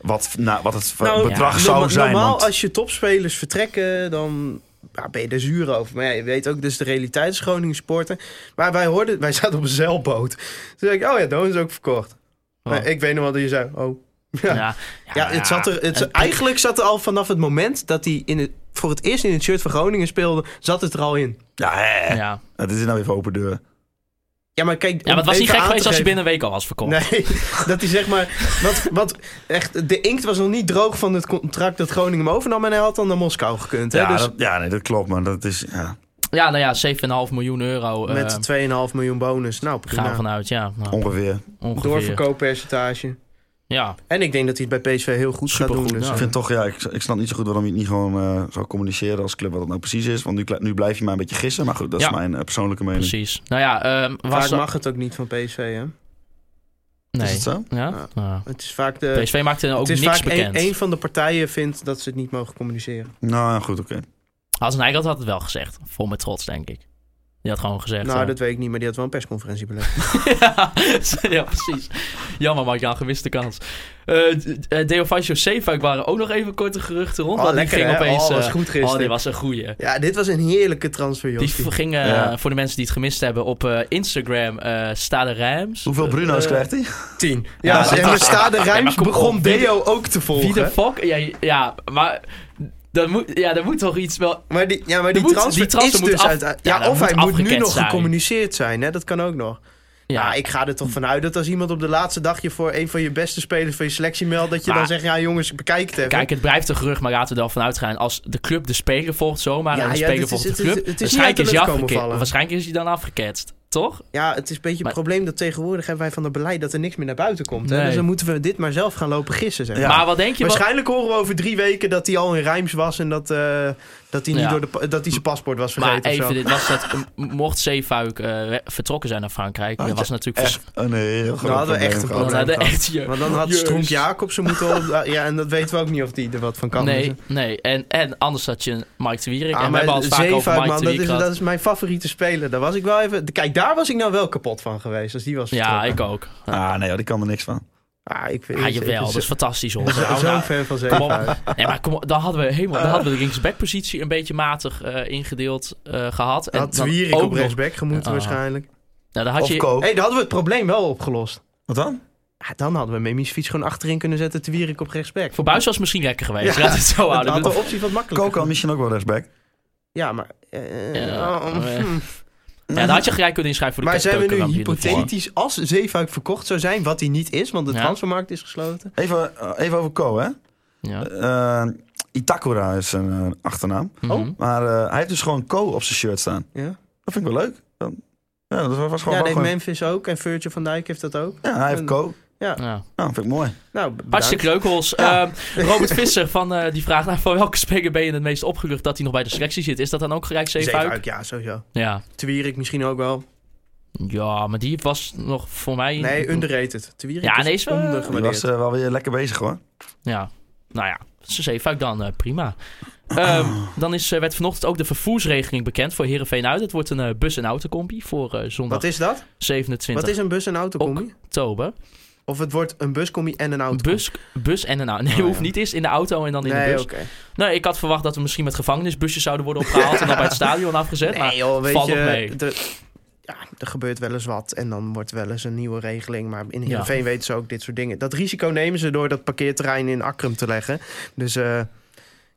Speaker 5: wat, nou, wat het
Speaker 6: Nou,
Speaker 5: bedrag
Speaker 4: ja.
Speaker 5: zou
Speaker 6: Norma-
Speaker 5: zijn?
Speaker 6: normaal
Speaker 5: want-
Speaker 6: als je topspelers vertrekken, dan ja, ben je er zuur over. Maar ja, je weet ook, dus de realiteit is Groningen sporten. Maar wij hoorden, wij zaten op een zeilboot. Toen zei ik, oh ja, Doan is ook verkocht.
Speaker 4: Oh.
Speaker 6: Maar ik weet nog wel dat je zei, oh. Ja, ja, het zat er, het,
Speaker 4: En-
Speaker 6: eigenlijk zat er al vanaf het moment dat hij in het, voor het eerst in het shirt van Groningen speelde, zat het er al in.
Speaker 5: Ja, hè.
Speaker 4: Ja.
Speaker 5: Het is nou even open deur.
Speaker 6: Ja, maar kijk,
Speaker 4: Ja, maar
Speaker 6: om
Speaker 4: het was niet
Speaker 6: even
Speaker 4: gek
Speaker 6: aan te
Speaker 4: geweest als je
Speaker 6: geven-
Speaker 4: binnen een week al was verkocht.
Speaker 6: Nee, dat hij zeg maar. Wat, wat, echt, de inkt was nog niet droog van het contract dat Groningen hem overnam. En hij had dan naar Moskou gekund. Hè?
Speaker 5: Ja,
Speaker 6: dus
Speaker 5: dat, ja nee, dat klopt, maar dat is... Ja.
Speaker 4: Ja, nou ja, 7,5 miljoen euro. eh,
Speaker 6: met 2,5 miljoen bonus. Nou,
Speaker 4: gaan we
Speaker 6: prima.
Speaker 4: vanuit, ja. Nou,
Speaker 5: Ongeveer.
Speaker 4: ongeveer.
Speaker 6: Doorverkooppercentage.
Speaker 4: Ja,
Speaker 6: En ik denk dat hij het bij PSV heel goed gaat
Speaker 4: Supergoed, Nou,
Speaker 6: doen. Dus.
Speaker 4: ja.
Speaker 5: Ik vind toch, ja, ik, ik snap niet zo goed waarom je het niet gewoon eh, zou communiceren als club wat het nou precies is. Want nu, kle- nu blijf je maar een beetje gissen. Maar goed, dat is
Speaker 4: Ja.
Speaker 5: mijn eh, persoonlijke mening.
Speaker 4: precies. Nou ja, ehm
Speaker 6: Vaak
Speaker 4: was
Speaker 6: mag het ook niet van PSV. Hè?
Speaker 4: Nee.
Speaker 5: Is het zo?
Speaker 4: Ja? Nou, Ja.
Speaker 6: Het is vaak de.
Speaker 4: PSV maakte ook
Speaker 6: Eh, het is
Speaker 4: niks
Speaker 6: vaak
Speaker 4: bekend.
Speaker 6: een, een van de partijen vindt dat ze het niet mogen communiceren.
Speaker 5: Nou ja, goed, oké.
Speaker 4: Als Nijland had het wel gezegd. Vol met trots, denk ik. Die had gewoon gezegd.
Speaker 6: nou,
Speaker 4: eh,
Speaker 6: dat weet ik niet, maar die had wel een persconferentie belegd.
Speaker 4: ja, ja, precies. Jammer, maar Jan, gemiste kans. Eh eh, Deofansio Zeefuik waren ook nog even korte geruchten rond.
Speaker 6: Oh,
Speaker 4: want
Speaker 6: lekker,
Speaker 4: die
Speaker 6: hè?
Speaker 4: ging opeens...
Speaker 6: Oh, was
Speaker 4: eh,
Speaker 6: goed gisteren.
Speaker 4: oh, die was een goeie.
Speaker 6: Ja, dit was een heerlijke
Speaker 4: Die
Speaker 6: transfer, joh.
Speaker 4: v- ging, eh,
Speaker 5: Ja.
Speaker 4: voor de mensen die het gemist hebben, op eh, Instagram eh staan de Rams.
Speaker 5: Hoeveel Bruno's
Speaker 6: eh,
Speaker 5: krijgt hij?
Speaker 6: Tien.
Speaker 4: Ja,
Speaker 6: Ja,
Speaker 4: dat
Speaker 6: en we
Speaker 4: was-
Speaker 6: staan de
Speaker 4: Ja, maar
Speaker 6: Rijms
Speaker 4: kom op,
Speaker 6: begon
Speaker 4: wie de-
Speaker 6: Deo ook te volgen.
Speaker 4: Wie de fuck? Ja, ja maar dat moet, ja, dat moet toch iets wel...
Speaker 6: Maar die, ja, maar
Speaker 4: Er
Speaker 6: die,
Speaker 4: moet-
Speaker 6: transfer,
Speaker 4: die transfer
Speaker 6: is
Speaker 4: moet
Speaker 6: dus
Speaker 4: af-
Speaker 6: uit... Ja,
Speaker 4: ja, dat
Speaker 6: of hij
Speaker 4: moet
Speaker 6: moet nu
Speaker 4: afgekend
Speaker 6: nog
Speaker 4: zijn.
Speaker 6: gecommuniceerd zijn, hè? dat kan ook nog. Ah, Ja.
Speaker 4: Ja,
Speaker 6: Nou, ik ga er toch vanuit dat als iemand op de laatste dag je voor een van je beste spelers van je selectie meldt... dat je
Speaker 4: Maar-
Speaker 6: dan zegt, ja jongens, bekijk het even.
Speaker 4: Kijk, het blijft een gerucht, maar laten we er wel van uitgaan. Als de club de speler volgt zomaar
Speaker 6: Ja,
Speaker 4: en de
Speaker 6: ja,
Speaker 4: speler
Speaker 6: dit is-
Speaker 4: volgt de
Speaker 6: het is-
Speaker 4: club...
Speaker 6: het is niet uit de
Speaker 4: waarschijnlijk, is
Speaker 6: lucht
Speaker 4: hij
Speaker 6: komen
Speaker 4: afgeke-
Speaker 6: vallen.
Speaker 4: waarschijnlijk is hij dan afgeketst. Toch?
Speaker 6: Ja, het is een beetje
Speaker 4: Maar-
Speaker 6: het probleem dat tegenwoordig hebben wij van het beleid dat er niks meer naar buiten komt. Hè?
Speaker 4: Nee.
Speaker 6: Dus dan moeten we dit maar zelf gaan lopen gissen. Zeg.
Speaker 5: Ja.
Speaker 4: Maar wat denk je? wat-
Speaker 6: Waarschijnlijk horen we over drie weken dat hij al in Rijms was en dat, eh, dat, hij niet
Speaker 4: Ja.
Speaker 6: door de, pa- dat hij zijn paspoort was
Speaker 4: Maar
Speaker 6: vergeten. of
Speaker 4: even,
Speaker 6: zo.
Speaker 4: dit was dat, mocht Zeefuik eh, vertrokken zijn naar
Speaker 6: Oh,
Speaker 4: Frankrijk,
Speaker 5: Had
Speaker 4: dat
Speaker 5: je
Speaker 4: was natuurlijk... vers-
Speaker 5: Echt een heel groot
Speaker 6: hadden we
Speaker 5: probleem
Speaker 6: echt een
Speaker 5: gehad.
Speaker 4: Want
Speaker 6: probleem.
Speaker 4: hij had
Speaker 6: gehad.
Speaker 4: echt hier-
Speaker 6: Want dan had
Speaker 4: Jeus.
Speaker 6: Stronk Jacobsen moeten... op- ja, en dat weten we ook niet of die er wat van kan.
Speaker 4: Nee,
Speaker 6: Dus-
Speaker 4: nee. En, en anders had je Mike de Wierik.
Speaker 6: Ah,
Speaker 4: en we
Speaker 6: maar
Speaker 4: hebben al eens vaak
Speaker 6: Zeefuik,
Speaker 4: over Mike
Speaker 6: man,
Speaker 4: de
Speaker 6: dat
Speaker 4: Wierik
Speaker 6: is,
Speaker 4: gehad.
Speaker 6: dat is mijn favoriete speler. Daar was ik wel even... Kijk, daar was ik nou wel kapot van geweest. Als die was
Speaker 4: Ja,
Speaker 6: vertrokken.
Speaker 4: ik ook.
Speaker 5: Ah, nee, joh, die kan er niks van.
Speaker 6: Ah, ik vind-
Speaker 4: Ja,
Speaker 6: ik- ik-
Speaker 4: jawel. Dat is fantastisch hoor.
Speaker 6: zo-
Speaker 4: Nou,
Speaker 6: Zo'n Ah.
Speaker 4: nou,
Speaker 6: fan van
Speaker 4: Kom op.
Speaker 6: Zeefuik.
Speaker 4: Nee, maar kom op, dan hadden we helemaal dan hadden we de linksbackpositie een beetje matig eh, ingedeeld eh, gehad. En
Speaker 6: Dat
Speaker 4: dan
Speaker 6: Zwierik
Speaker 4: ook
Speaker 6: op
Speaker 4: nog-
Speaker 6: rechtsback gemoeten
Speaker 4: Ah.
Speaker 6: waarschijnlijk.
Speaker 4: Nou, dan had
Speaker 5: Of
Speaker 4: je,
Speaker 5: Koop.
Speaker 6: Hé, hey, dan hadden we het probleem wel opgelost.
Speaker 5: Wat dan?
Speaker 6: Ja, dan hadden we Memies fiets gewoon achterin kunnen zetten, te wierik op rechtsback.
Speaker 4: Voor Buis was het misschien lekker geweest.
Speaker 6: Ja.
Speaker 4: Laat het zo
Speaker 6: dat
Speaker 4: houden.
Speaker 6: had de optie wat makkelijker.
Speaker 5: Kook kan misschien ook wel rechtsback.
Speaker 6: Ja, maar... eh,
Speaker 4: Ja,
Speaker 6: oh,
Speaker 4: eh,
Speaker 6: hm.
Speaker 4: Ja, dan had je gelijk kunnen inschrijven voor de
Speaker 6: maar zijn we nu
Speaker 4: keukenkampioen ervoor.
Speaker 6: hypothetisch, als Zeefuik verkocht zou zijn, wat hij niet is, want de
Speaker 4: Ja.
Speaker 6: transfermarkt is gesloten.
Speaker 5: Even, eh, even over Ko, hè?
Speaker 4: Ja.
Speaker 5: Eh, Itakura is zijn eh, achternaam.
Speaker 6: Oh.
Speaker 4: Mhm.
Speaker 5: Maar eh, hij heeft dus gewoon Ko op zijn shirt staan.
Speaker 6: Ja,
Speaker 5: Dat vind ik wel leuk. Dan, ja, dat was gewoon
Speaker 6: ja
Speaker 5: wel
Speaker 6: deed
Speaker 5: gewoon-
Speaker 6: Memphis ook en Virgil van Dijk heeft dat ook.
Speaker 5: Ja, hij heeft Ko.
Speaker 4: Ja.
Speaker 5: Nou, vind ik mooi.
Speaker 6: Nou, b-
Speaker 4: Hartstikke
Speaker 6: bedankt.
Speaker 4: leuk, Hols.
Speaker 6: Ja.
Speaker 4: Ehm, Robert Visser van, eh, die vraagt nou, van welke speler ben je het meest opgelucht dat hij nog bij de selectie zit. Is dat dan ook gelijk Zeefuik?
Speaker 6: Zeefuik, ja, sowieso.
Speaker 4: Ja.
Speaker 6: Te wierik misschien ook wel.
Speaker 4: ja, maar die was nog voor mij...
Speaker 6: Nee, underrated. Te wierik
Speaker 4: Ja,
Speaker 6: is
Speaker 4: nee, is wel-
Speaker 5: Die
Speaker 6: ondergewaardeerd.
Speaker 5: was eh, wel weer lekker bezig, hoor.
Speaker 4: Ja, nou ja, ze Zeefuik dan, eh, prima. Ehm,
Speaker 6: Ah.
Speaker 4: dan is, eh, werd vanochtend ook de vervoersregeling bekend voor Heerenveen uit. Het wordt een eh, bus- en autocompie voor eh, zondag
Speaker 6: Wat is dat?
Speaker 4: 27
Speaker 6: Wat is een bus- en autocombi?
Speaker 4: oktober.
Speaker 6: Of het wordt een buscombi en een auto.
Speaker 4: Bus, bus en een auto. Nee,
Speaker 6: Oh, ja.
Speaker 4: hoeft niet eens in de auto en dan in de
Speaker 6: Nee, oh.
Speaker 4: bus.
Speaker 6: oké.
Speaker 4: Nee, ik had verwacht dat we misschien met gevangenisbusjes zouden worden opgehaald en dan bij het stadion afgezet. maar
Speaker 6: Nee joh, weet
Speaker 4: valt
Speaker 6: je,
Speaker 4: nog mee.
Speaker 6: er- ja, er gebeurt wel eens wat en dan wordt wel eens een nieuwe regeling. Maar in Heerenveen weten ze ook dit soort dingen. Dat risico nemen ze door dat parkeerterrein in Akkrum te leggen. Dus eh,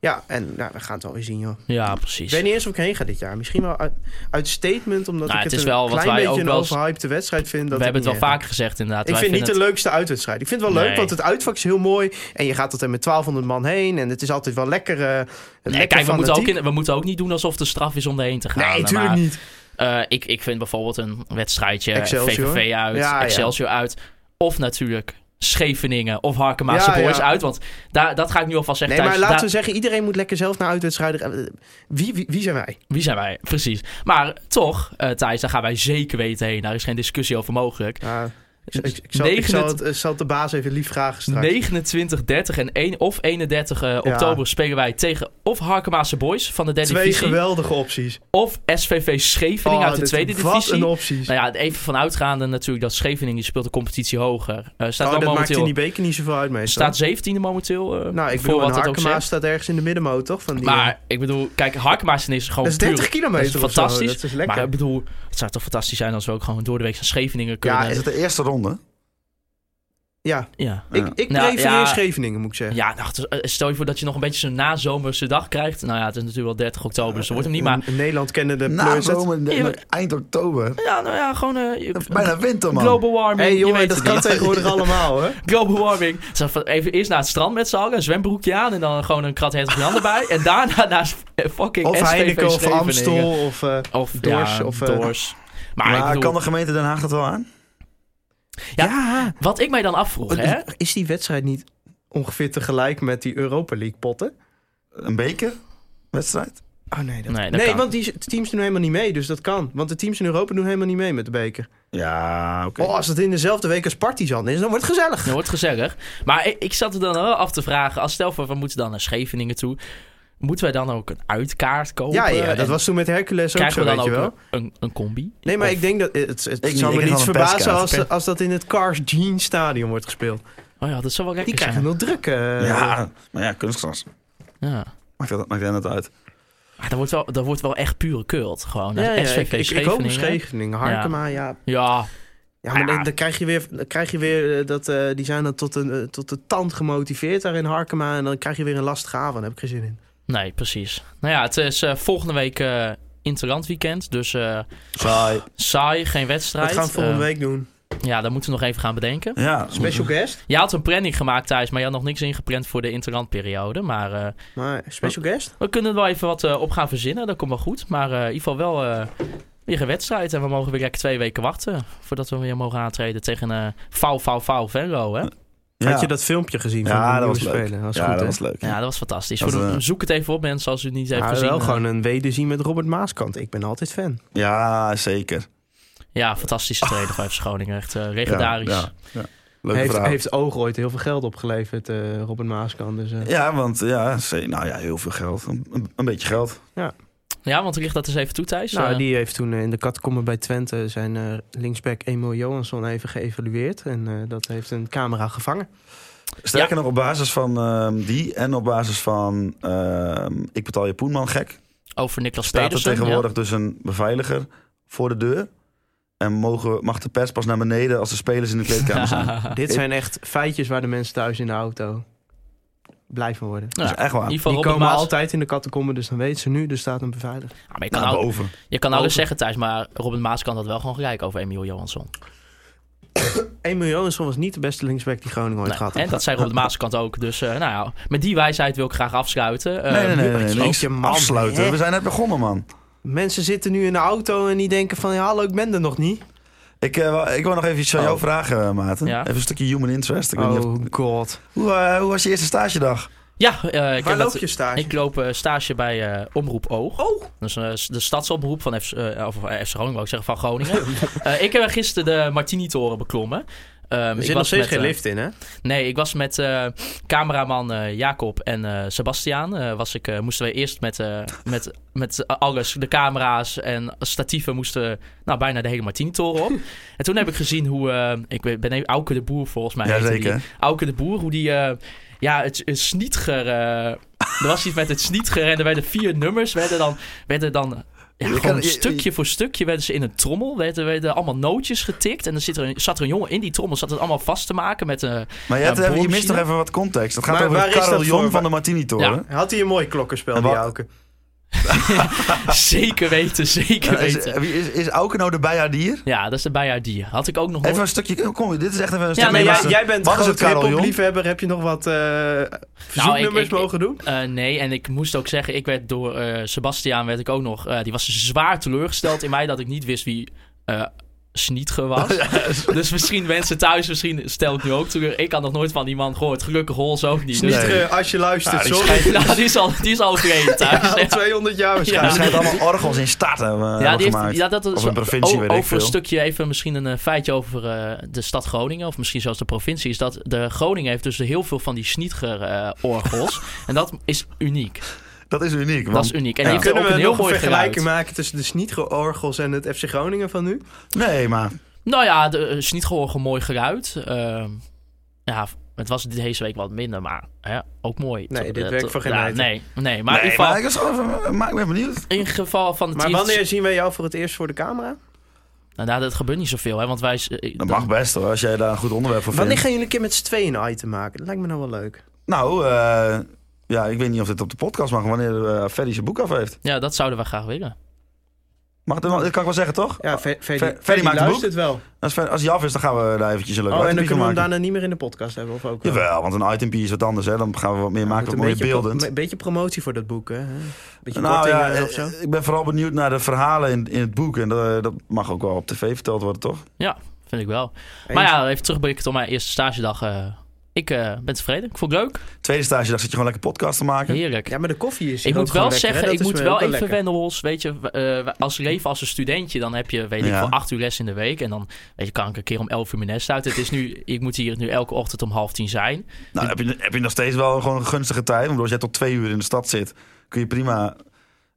Speaker 6: ja, en nou, we gaan het wel weer zien joh.
Speaker 4: Ja,
Speaker 6: Ik
Speaker 4: precies.
Speaker 6: weet niet eens of ik heen ga dit jaar. Misschien wel uit, uit statement, omdat
Speaker 4: Nou,
Speaker 6: ik het,
Speaker 4: het is
Speaker 6: een
Speaker 4: wel wat
Speaker 6: klein
Speaker 4: wij ook
Speaker 6: beetje een
Speaker 4: wel eens-
Speaker 6: overhypte wedstrijd vind.
Speaker 4: we
Speaker 6: Dat ik
Speaker 4: hebben het
Speaker 6: niet
Speaker 4: wel
Speaker 6: erg
Speaker 4: vaker gezegd inderdaad.
Speaker 6: ik
Speaker 4: Wij
Speaker 6: vind niet
Speaker 4: vinden
Speaker 6: de leukste uitwedstrijd. Ik vind het wel leuk,
Speaker 4: Nee.
Speaker 6: want het uitvak is heel mooi. En je gaat altijd met 1200 man heen. En het is altijd wel lekker. eh,
Speaker 4: het- Nee,
Speaker 6: lekker
Speaker 4: kijk, we moeten, ook
Speaker 6: fanatiek.
Speaker 4: in, we moeten ook niet doen alsof de straf is om erheen te gaan.
Speaker 6: Nee, natuurlijk
Speaker 4: maar-
Speaker 6: niet.
Speaker 4: Eh, ik, ik vind bijvoorbeeld een wedstrijdje eh,
Speaker 6: Excelsior.
Speaker 4: VVV uit,
Speaker 6: Ja, ja.
Speaker 4: Excelsior uit. Of natuurlijk Scheveningen of Harkema
Speaker 6: Ja,
Speaker 4: Boys
Speaker 6: ja.
Speaker 4: uit. Want daar, dat ga ik nu alvast zeggen.
Speaker 6: Nee, maar
Speaker 4: Thijs.
Speaker 6: laten we
Speaker 4: Daar-
Speaker 6: zeggen, iedereen moet lekker zelf naar uitwedstrijden. gaan. Wie, wie, wie zijn wij?
Speaker 4: Wie zijn wij? Precies. Maar toch, eh Thijs, daar gaan wij zeker weten heen. Daar is geen discussie over mogelijk.
Speaker 6: ik, ik- ik zal, ik zal het, ik zal het de baas even lief vragen straks.
Speaker 4: 29, 30 en 1 of 31 eh, oktober spelen wij tegen of Harkemaase Boys van de derde
Speaker 6: Twee
Speaker 4: divisie.
Speaker 6: geweldige opties.
Speaker 4: Of SVV Scheveningen
Speaker 6: Oh,
Speaker 4: uit de
Speaker 6: dit-
Speaker 4: tweede
Speaker 6: wat
Speaker 4: divisie.
Speaker 6: een opties.
Speaker 4: Nou ja, even vanuitgaande natuurlijk dat Scheveningen die speelt de competitie hoger. Eh staat
Speaker 6: Oh,
Speaker 4: wel
Speaker 6: dat maakt in
Speaker 4: momenteel
Speaker 6: die beker niet zoveel uit meestal.
Speaker 4: staat 17e momenteel. eh,
Speaker 6: nou, ik
Speaker 4: voor
Speaker 6: bedoel,
Speaker 4: wat
Speaker 6: een
Speaker 4: dat ook
Speaker 6: Harkema
Speaker 4: zegt.
Speaker 6: staat ergens in de middenmoot, toch? Van die, eh,
Speaker 4: Maar ik bedoel, kijk, Harkemaas is gewoon.
Speaker 6: dat is 30
Speaker 4: puur-
Speaker 6: kilometer
Speaker 4: dat is
Speaker 6: of zo,
Speaker 4: fantastisch.
Speaker 6: dat is lekker.
Speaker 4: Maar ik bedoel, het zou toch fantastisch zijn als we ook gewoon door de week naar Scheveningen kunnen.
Speaker 6: Ja, eh,
Speaker 5: Is het de eerste ronde?
Speaker 6: ja,
Speaker 4: ja.
Speaker 6: ik,
Speaker 5: Ja.
Speaker 6: ik
Speaker 4: Nou,
Speaker 6: prefereer
Speaker 4: ja.
Speaker 6: Scheveningen, moet ik zeggen.
Speaker 4: Ja, nou, het is- eh, stel je voor dat je nog een beetje zo'n nazomerse dag krijgt. Nou ja, het is natuurlijk wel 30 oktober, dus dat wordt hem niet. Maar
Speaker 6: N- Nederland kennen de
Speaker 5: Na
Speaker 6: pleurs.
Speaker 5: zomer,
Speaker 4: Ja, maar-
Speaker 5: eind oktober.
Speaker 4: ja, nou ja, gewoon eh, je-
Speaker 5: Dat is bijna winter, man.
Speaker 4: global warming.
Speaker 6: Hé hey,
Speaker 4: je
Speaker 6: jongen,
Speaker 4: weet
Speaker 6: dat
Speaker 4: het
Speaker 6: kan
Speaker 4: niet.
Speaker 6: tegenwoordig allemaal, hè?
Speaker 4: Global warming. Zo van, Even eerst naar het strand met z'n allen, een zwembroekje aan en dan gewoon een krat hertog Jan erbij. En daarna naar eh, fucking
Speaker 6: Of
Speaker 4: SVV
Speaker 6: Heineken, of
Speaker 4: Scheveningen.
Speaker 6: Amstel, of... eh,
Speaker 4: Of Doors.
Speaker 6: Doors,
Speaker 4: Ja,
Speaker 6: of, eh,
Speaker 4: Doors. Maar, ik
Speaker 5: Maar
Speaker 4: bedoel,
Speaker 5: kan de gemeente Den Haag dat wel aan?
Speaker 4: Ja.
Speaker 6: ja,
Speaker 4: wat ik mij dan afvroeg, hè?
Speaker 6: Is- Is die wedstrijd niet ongeveer tegelijk met die Europa League potten?
Speaker 5: Een beker? Wedstrijd?
Speaker 6: Oh nee, dat...
Speaker 4: Nee,
Speaker 6: nee,
Speaker 4: dat kan.
Speaker 6: want die teams doen helemaal niet mee, dus dat kan. Want de teams in Europa doen helemaal niet mee met de beker.
Speaker 5: Ja, oké.
Speaker 6: Oh, als dat in dezelfde week als Partizan is, dan wordt het gezellig.
Speaker 4: Dat Nou, wordt gezellig. Maar ik, ik zat er dan wel af te vragen. Als stel voor, we moeten dan naar Scheveningen toe. Moeten wij dan ook een uitkaart kopen?
Speaker 6: Ja, ja,
Speaker 4: eh, En
Speaker 6: dat was toen met Hercules ook
Speaker 4: Krijgen
Speaker 6: zo,
Speaker 4: we dan
Speaker 6: weet je
Speaker 4: ook
Speaker 6: wel.
Speaker 4: een, een, een combi?
Speaker 6: Nee, maar
Speaker 4: Of-
Speaker 6: ik denk dat... Het, het
Speaker 5: niet,
Speaker 6: zou
Speaker 5: ik
Speaker 6: me
Speaker 5: heb
Speaker 6: niets
Speaker 5: wel een
Speaker 6: verbazen
Speaker 5: perskaart.
Speaker 6: als, als dat in het Cars Jean Stadion wordt gespeeld.
Speaker 4: Oh ja, dat zou wel
Speaker 6: Die
Speaker 4: lekker
Speaker 6: krijgen
Speaker 4: zijn.
Speaker 6: wel druk. eh.
Speaker 5: ja, maar ja, kunstgras.
Speaker 4: Ja.
Speaker 5: Maakt dat, maakt dat net uit.
Speaker 4: Maar dat wordt, wel, dat wordt wel echt pure kult. Gewoon.
Speaker 6: Ja, ja,
Speaker 4: SVV
Speaker 6: ik, ik, ik hoop op
Speaker 4: Scheveningen.
Speaker 6: Scheveningen. Harkema, ja.
Speaker 4: Ja,
Speaker 6: Nou Ja, maar
Speaker 4: Ja.
Speaker 6: Dan, dan krijg je weer, dan krijg je weer eh, dat, eh, die zijn dan tot, een, eh, tot de tand gemotiveerd daar in Harkema. En dan krijg je weer een lastige avond. Daar heb ik geen zin in.
Speaker 4: nee, precies. Nou ja, het is eh, volgende week eh Interland weekend. Dus eh,
Speaker 5: Saai.
Speaker 4: saai, geen wedstrijd.
Speaker 6: Dat gaan we volgende
Speaker 4: Eh,
Speaker 6: week doen. Mhm.
Speaker 4: Ja, dat moeten we nog even gaan bedenken.
Speaker 5: Ja.
Speaker 6: Special guest.
Speaker 4: Je had een planning gemaakt, Thijs, maar je had nog niks ingepland voor de Interlandperiode. Maar eh,
Speaker 6: Maar special guest?
Speaker 4: We kunnen er wel even wat eh, op gaan verzinnen, dat komt wel goed. Maar eh, in ieder geval wel eh, weer een wedstrijd. En we mogen weer lekker twee weken wachten voordat we weer mogen aantreden tegen eh, een vouw, vouw, vouw Venlo. Hè?
Speaker 5: Ja.
Speaker 6: Had je dat filmpje gezien van
Speaker 5: Ja,
Speaker 6: de
Speaker 5: dat
Speaker 6: nieuwe
Speaker 5: was leuk.
Speaker 6: spelen? Dat was
Speaker 5: ja,
Speaker 6: goed,
Speaker 5: dat
Speaker 6: hè?
Speaker 5: was leuk.
Speaker 4: Ja, dat was fantastisch.
Speaker 5: Dat,
Speaker 4: Voor de-
Speaker 5: eh,
Speaker 4: zoek het even op mensen als u het niet heeft
Speaker 6: Ja,
Speaker 4: gezien.
Speaker 6: wel
Speaker 4: Eh,
Speaker 6: gewoon een wederzien met Robert Maaskant. Ik ben altijd fan.
Speaker 5: Ja, zeker.
Speaker 4: Ja, fantastische trainer van FC Groningen. Echt eh, legendarisch.
Speaker 5: Ja, ja, ja. Leuke
Speaker 6: Heeft,
Speaker 5: verhaal.
Speaker 6: heeft oog ooit heel veel geld opgeleverd, eh, Robert Maaskant. Dus, eh,
Speaker 5: Ja, want ja, ze- nou ja, heel veel geld. Een, een- een beetje geld.
Speaker 4: Ja, want richt dat eens even toe, Thijs.
Speaker 6: nou,
Speaker 4: Eh,
Speaker 6: die heeft toen eh, in de katkommen bij Twente zijn eh, linksback Emil Johansson even geëvalueerd. En eh, dat heeft een camera gevangen.
Speaker 5: Sterker nog, op basis van ehm, die en op basis van ehm, Ik betaal je poenman gek...
Speaker 4: Over Niklas
Speaker 5: staat er
Speaker 4: Pedersen.
Speaker 5: tegenwoordig dus een beveiliger voor de deur. En mogen, mag de pers pas naar beneden als de spelers in de kleedkamer zijn. Nou, Dat
Speaker 4: ja.
Speaker 6: Dit zijn echt feitjes waar de mensen thuis in de auto blij van worden.
Speaker 5: is echt waar.
Speaker 4: Nou, In ieder geval
Speaker 6: Die
Speaker 4: Robert
Speaker 6: komen
Speaker 4: Maas-
Speaker 6: altijd in de katkommen, dus dan weten ze nu, er staat een beveiliger.
Speaker 4: Ja, maar je kan,
Speaker 5: Naar
Speaker 6: Nou,
Speaker 4: al-
Speaker 5: boven.
Speaker 6: eh,
Speaker 4: je kan alles
Speaker 6: Over.
Speaker 4: zeggen, Thijs, maar Robin Maas kan dat wel gewoon gelijk over Emiel Johansson. Nou,
Speaker 6: Emil Johansson was niet de beste linksback die Groningen ooit
Speaker 4: Nee,
Speaker 6: gehad had.
Speaker 4: En dat zei Robin Maaskant ook. Dus eh, nou ja, met die wijsheid wil ik graag afsluiten. Eh,
Speaker 5: Nee, nee, nee. nee,
Speaker 6: Jeetje,
Speaker 5: niks.
Speaker 6: man,
Speaker 5: Afsluiten.
Speaker 6: hè?
Speaker 5: We zijn net begonnen, man.
Speaker 6: Mensen zitten nu in de auto en die denken van... Ja, hallo, ik ben er nog niet.
Speaker 5: Ik, eh, wou- ik wil nog even iets aan
Speaker 6: Oh.
Speaker 5: jou vragen, eh, Maarten.
Speaker 4: Ja.
Speaker 5: Even een stukje human interest. Ik weet niet of-
Speaker 6: Oh god.
Speaker 5: hoe, eh, hoe was je eerste stage dag?
Speaker 4: Ja, eh, ik,
Speaker 6: Waar
Speaker 4: heb
Speaker 6: loop
Speaker 4: dat-
Speaker 6: je stage?
Speaker 4: ik loop eh, stage bij eh, Omroep Oog. Oh. Dat is eh, de stadsomroep van FC, eh, of, eh, FC Groningen, wou ik zeggen, van Groningen. Eh, ik heb er gisteren de Martini-toren beklommen. Ehm,
Speaker 6: er
Speaker 4: ik
Speaker 6: zit nog
Speaker 4: was
Speaker 6: steeds
Speaker 4: met,
Speaker 6: geen
Speaker 4: eh,
Speaker 6: lift in, hè?
Speaker 4: Nee, ik was met eh, cameraman eh, Jacob en eh, Sebastiaan. eh, was ik, eh, moesten we eerst met, eh, met, met alles, de camera's en statieven, moesten nou, bijna de hele Martini-toren op. en toen heb ik gezien hoe, eh, ik weet- ben even Auke de Boer volgens mij. heette die.
Speaker 5: Jazeker.
Speaker 4: Auke de Boer, hoe die, eh, ja, het, het Snietger, eh, er was iets met het Snietger en er werden vier nummers, werden dan, werden dan ja,
Speaker 5: Je
Speaker 4: gewoon
Speaker 5: kan- je-
Speaker 4: stukje voor stukje werden ze in een trommel, werden, werden allemaal nootjes getikt en dan zit er een, zat er een jongen in die trommel, zat het allemaal vast te maken met eh, een...
Speaker 5: Maar Jette,
Speaker 4: Ja,
Speaker 5: je mist
Speaker 4: boormachine.
Speaker 5: toch even wat context. Het gaat
Speaker 6: Maar
Speaker 5: over
Speaker 6: waar
Speaker 5: de
Speaker 6: is dat
Speaker 5: carillon
Speaker 6: voor?
Speaker 5: van de Martini-toren.
Speaker 6: Had hij een mooi klokkenspel,
Speaker 5: En
Speaker 6: die
Speaker 5: wat-
Speaker 6: Auke?
Speaker 4: zeker weten, zeker
Speaker 5: Eh, Is,
Speaker 4: weten.
Speaker 5: wie- is, is Auken nou de bijaardier?
Speaker 4: Ja, dat is de bijaardier. Had ik ook nog nooit...
Speaker 5: Even een stukje, kom, dit is echt even een
Speaker 4: Ja,
Speaker 5: stukje.
Speaker 4: nee,
Speaker 5: mensen.
Speaker 4: jij-
Speaker 6: bent
Speaker 5: Wat is het carillon?
Speaker 6: liefhebber Heb je nog wat eh verzoeknummers
Speaker 4: ik- ik-
Speaker 6: mogen doen?
Speaker 4: Eh, nee, en ik moest ook zeggen, ik werd door eh Sebastiaan werd ik ook nog... eh, die was zwaar teleurgesteld in mij dat ik niet wist wie eh Snietger was. Dus misschien mensen thuis, misschien stel ik nu ook teleur. Ik had nog nooit van die man gehoord. Gelukkig Hols ook niet. Dus-
Speaker 6: Niet, eh, als je luistert,
Speaker 5: Ah, die
Speaker 6: sorry.
Speaker 5: schijnt-
Speaker 4: nou, die is al, die is al overreden thuis.
Speaker 6: Al
Speaker 4: Ja,
Speaker 6: 200 jaar
Speaker 5: Hij
Speaker 6: waarschijnlijk.
Speaker 5: schijnt allemaal orgels in stad hebben eh,
Speaker 4: die heeft-
Speaker 5: gemaakt.
Speaker 4: ja, dat is
Speaker 5: Of een provincie,
Speaker 4: o-
Speaker 5: weet ik
Speaker 4: Over een
Speaker 5: veel.
Speaker 4: stukje even misschien een eh, feitje over eh, de stad Groningen. Of misschien zelfs de provincie. Is dat de Groningen heeft dus heel veel van die Snietger-orgels. en dat is uniek.
Speaker 5: Dat is uniek.
Speaker 4: Dat
Speaker 5: want-
Speaker 4: is uniek. En
Speaker 5: Ja.
Speaker 4: die heeft ook
Speaker 6: Kunnen
Speaker 4: een
Speaker 6: we
Speaker 4: heel
Speaker 6: nog een
Speaker 4: mooi
Speaker 6: vergelijking
Speaker 4: geluid.
Speaker 6: maken tussen de Snietge-orgels en het FC Groningen van nu?
Speaker 5: Nee, maar
Speaker 4: Nou ja, de eh, Snietger-orgel mooi geluid. Ehm, ja, het was deze week wat minder, maar hè, ook mooi.
Speaker 6: Nee,
Speaker 4: Te-
Speaker 6: dit
Speaker 4: eh,
Speaker 6: werkt
Speaker 4: te-
Speaker 6: voor geen
Speaker 4: ja,
Speaker 6: meter.
Speaker 4: Nee, nee, maar in
Speaker 5: nee,
Speaker 4: ieder
Speaker 5: maar
Speaker 4: geval...
Speaker 5: ik was gewoon even- eh, maar ik ben benieuwd.
Speaker 4: In geval van het
Speaker 6: Maar
Speaker 4: team-
Speaker 6: wanneer zien wij jou voor het eerst voor de camera?
Speaker 4: Nou, nou, dat gebeurt niet zoveel, hè? Want wij. eh,
Speaker 5: Dat
Speaker 4: dan-
Speaker 5: mag best hoor, als jij daar een goed onderwerp voor
Speaker 6: Wanneer
Speaker 5: vindt.
Speaker 6: gaan jullie een keer met z'n tweeën een item maken? Dat lijkt me nou wel leuk.
Speaker 5: Nou, eh, ja, ik weet niet of dit op de podcast mag, wanneer eh, Ferry zijn boek af heeft.
Speaker 4: Ja, dat zouden we graag willen.
Speaker 5: Mag dat, wel- dat kan ik wel zeggen, toch?
Speaker 6: Ja, Ver- Verdi-
Speaker 5: Ver- Verdi
Speaker 6: Verdi
Speaker 5: maakt een boek.
Speaker 6: luistert wel.
Speaker 5: Als, Fer- als hij af is, dan gaan we daar eventjes een leuk
Speaker 6: Oh, en dan
Speaker 5: itempie van
Speaker 6: kunnen we hem
Speaker 5: maken.
Speaker 6: daarna niet meer in de podcast hebben of ook wel?
Speaker 5: Jawel, want een itempie is wat anders, hè. Dan gaan we wat meer
Speaker 6: Ja,
Speaker 5: maken, wat
Speaker 6: moet
Speaker 5: meer
Speaker 6: een beetje pro-
Speaker 5: beeldend.
Speaker 6: Een beetje promotie voor dat boek, hè? Een beetje
Speaker 5: Nou
Speaker 6: korting
Speaker 5: ja,
Speaker 6: eh,
Speaker 5: eh,
Speaker 6: of zo.
Speaker 5: ik ben vooral benieuwd naar de verhalen in, in het boek. En eh, dat, dat mag ook wel op tv verteld worden, toch?
Speaker 4: Vind ik wel. Maar ja, even terugblikken op mijn eerste stagedag. eh, ik eh, ben tevreden. Ik vond het leuk.
Speaker 5: Tweede stage dag zit je gewoon lekker podcast te maken.
Speaker 4: Heerlijk.
Speaker 6: Hm. Ja, maar de koffie is
Speaker 4: ik
Speaker 6: hier
Speaker 4: moet
Speaker 6: ook
Speaker 4: wel
Speaker 6: gewoon lekker,
Speaker 4: zeggen,
Speaker 6: hè?
Speaker 4: ik
Speaker 6: Dat is
Speaker 4: moet
Speaker 6: me ook
Speaker 4: wel even
Speaker 6: lekker.
Speaker 4: wennen, Hols. Weet je, eh, als leven als een studentje, dan heb je, weet ik
Speaker 5: Ja.
Speaker 4: wel, acht uur les in de week. En dan weet je, kan ik een keer om elf uur mijn nest uit. Het is nu, ik moet hier nu elke ochtend om half tien zijn.
Speaker 5: Nou, heb je, heb je nog steeds wel gewoon een gunstige tijd. Want als jij tot twee uur in de stad zit, kun je prima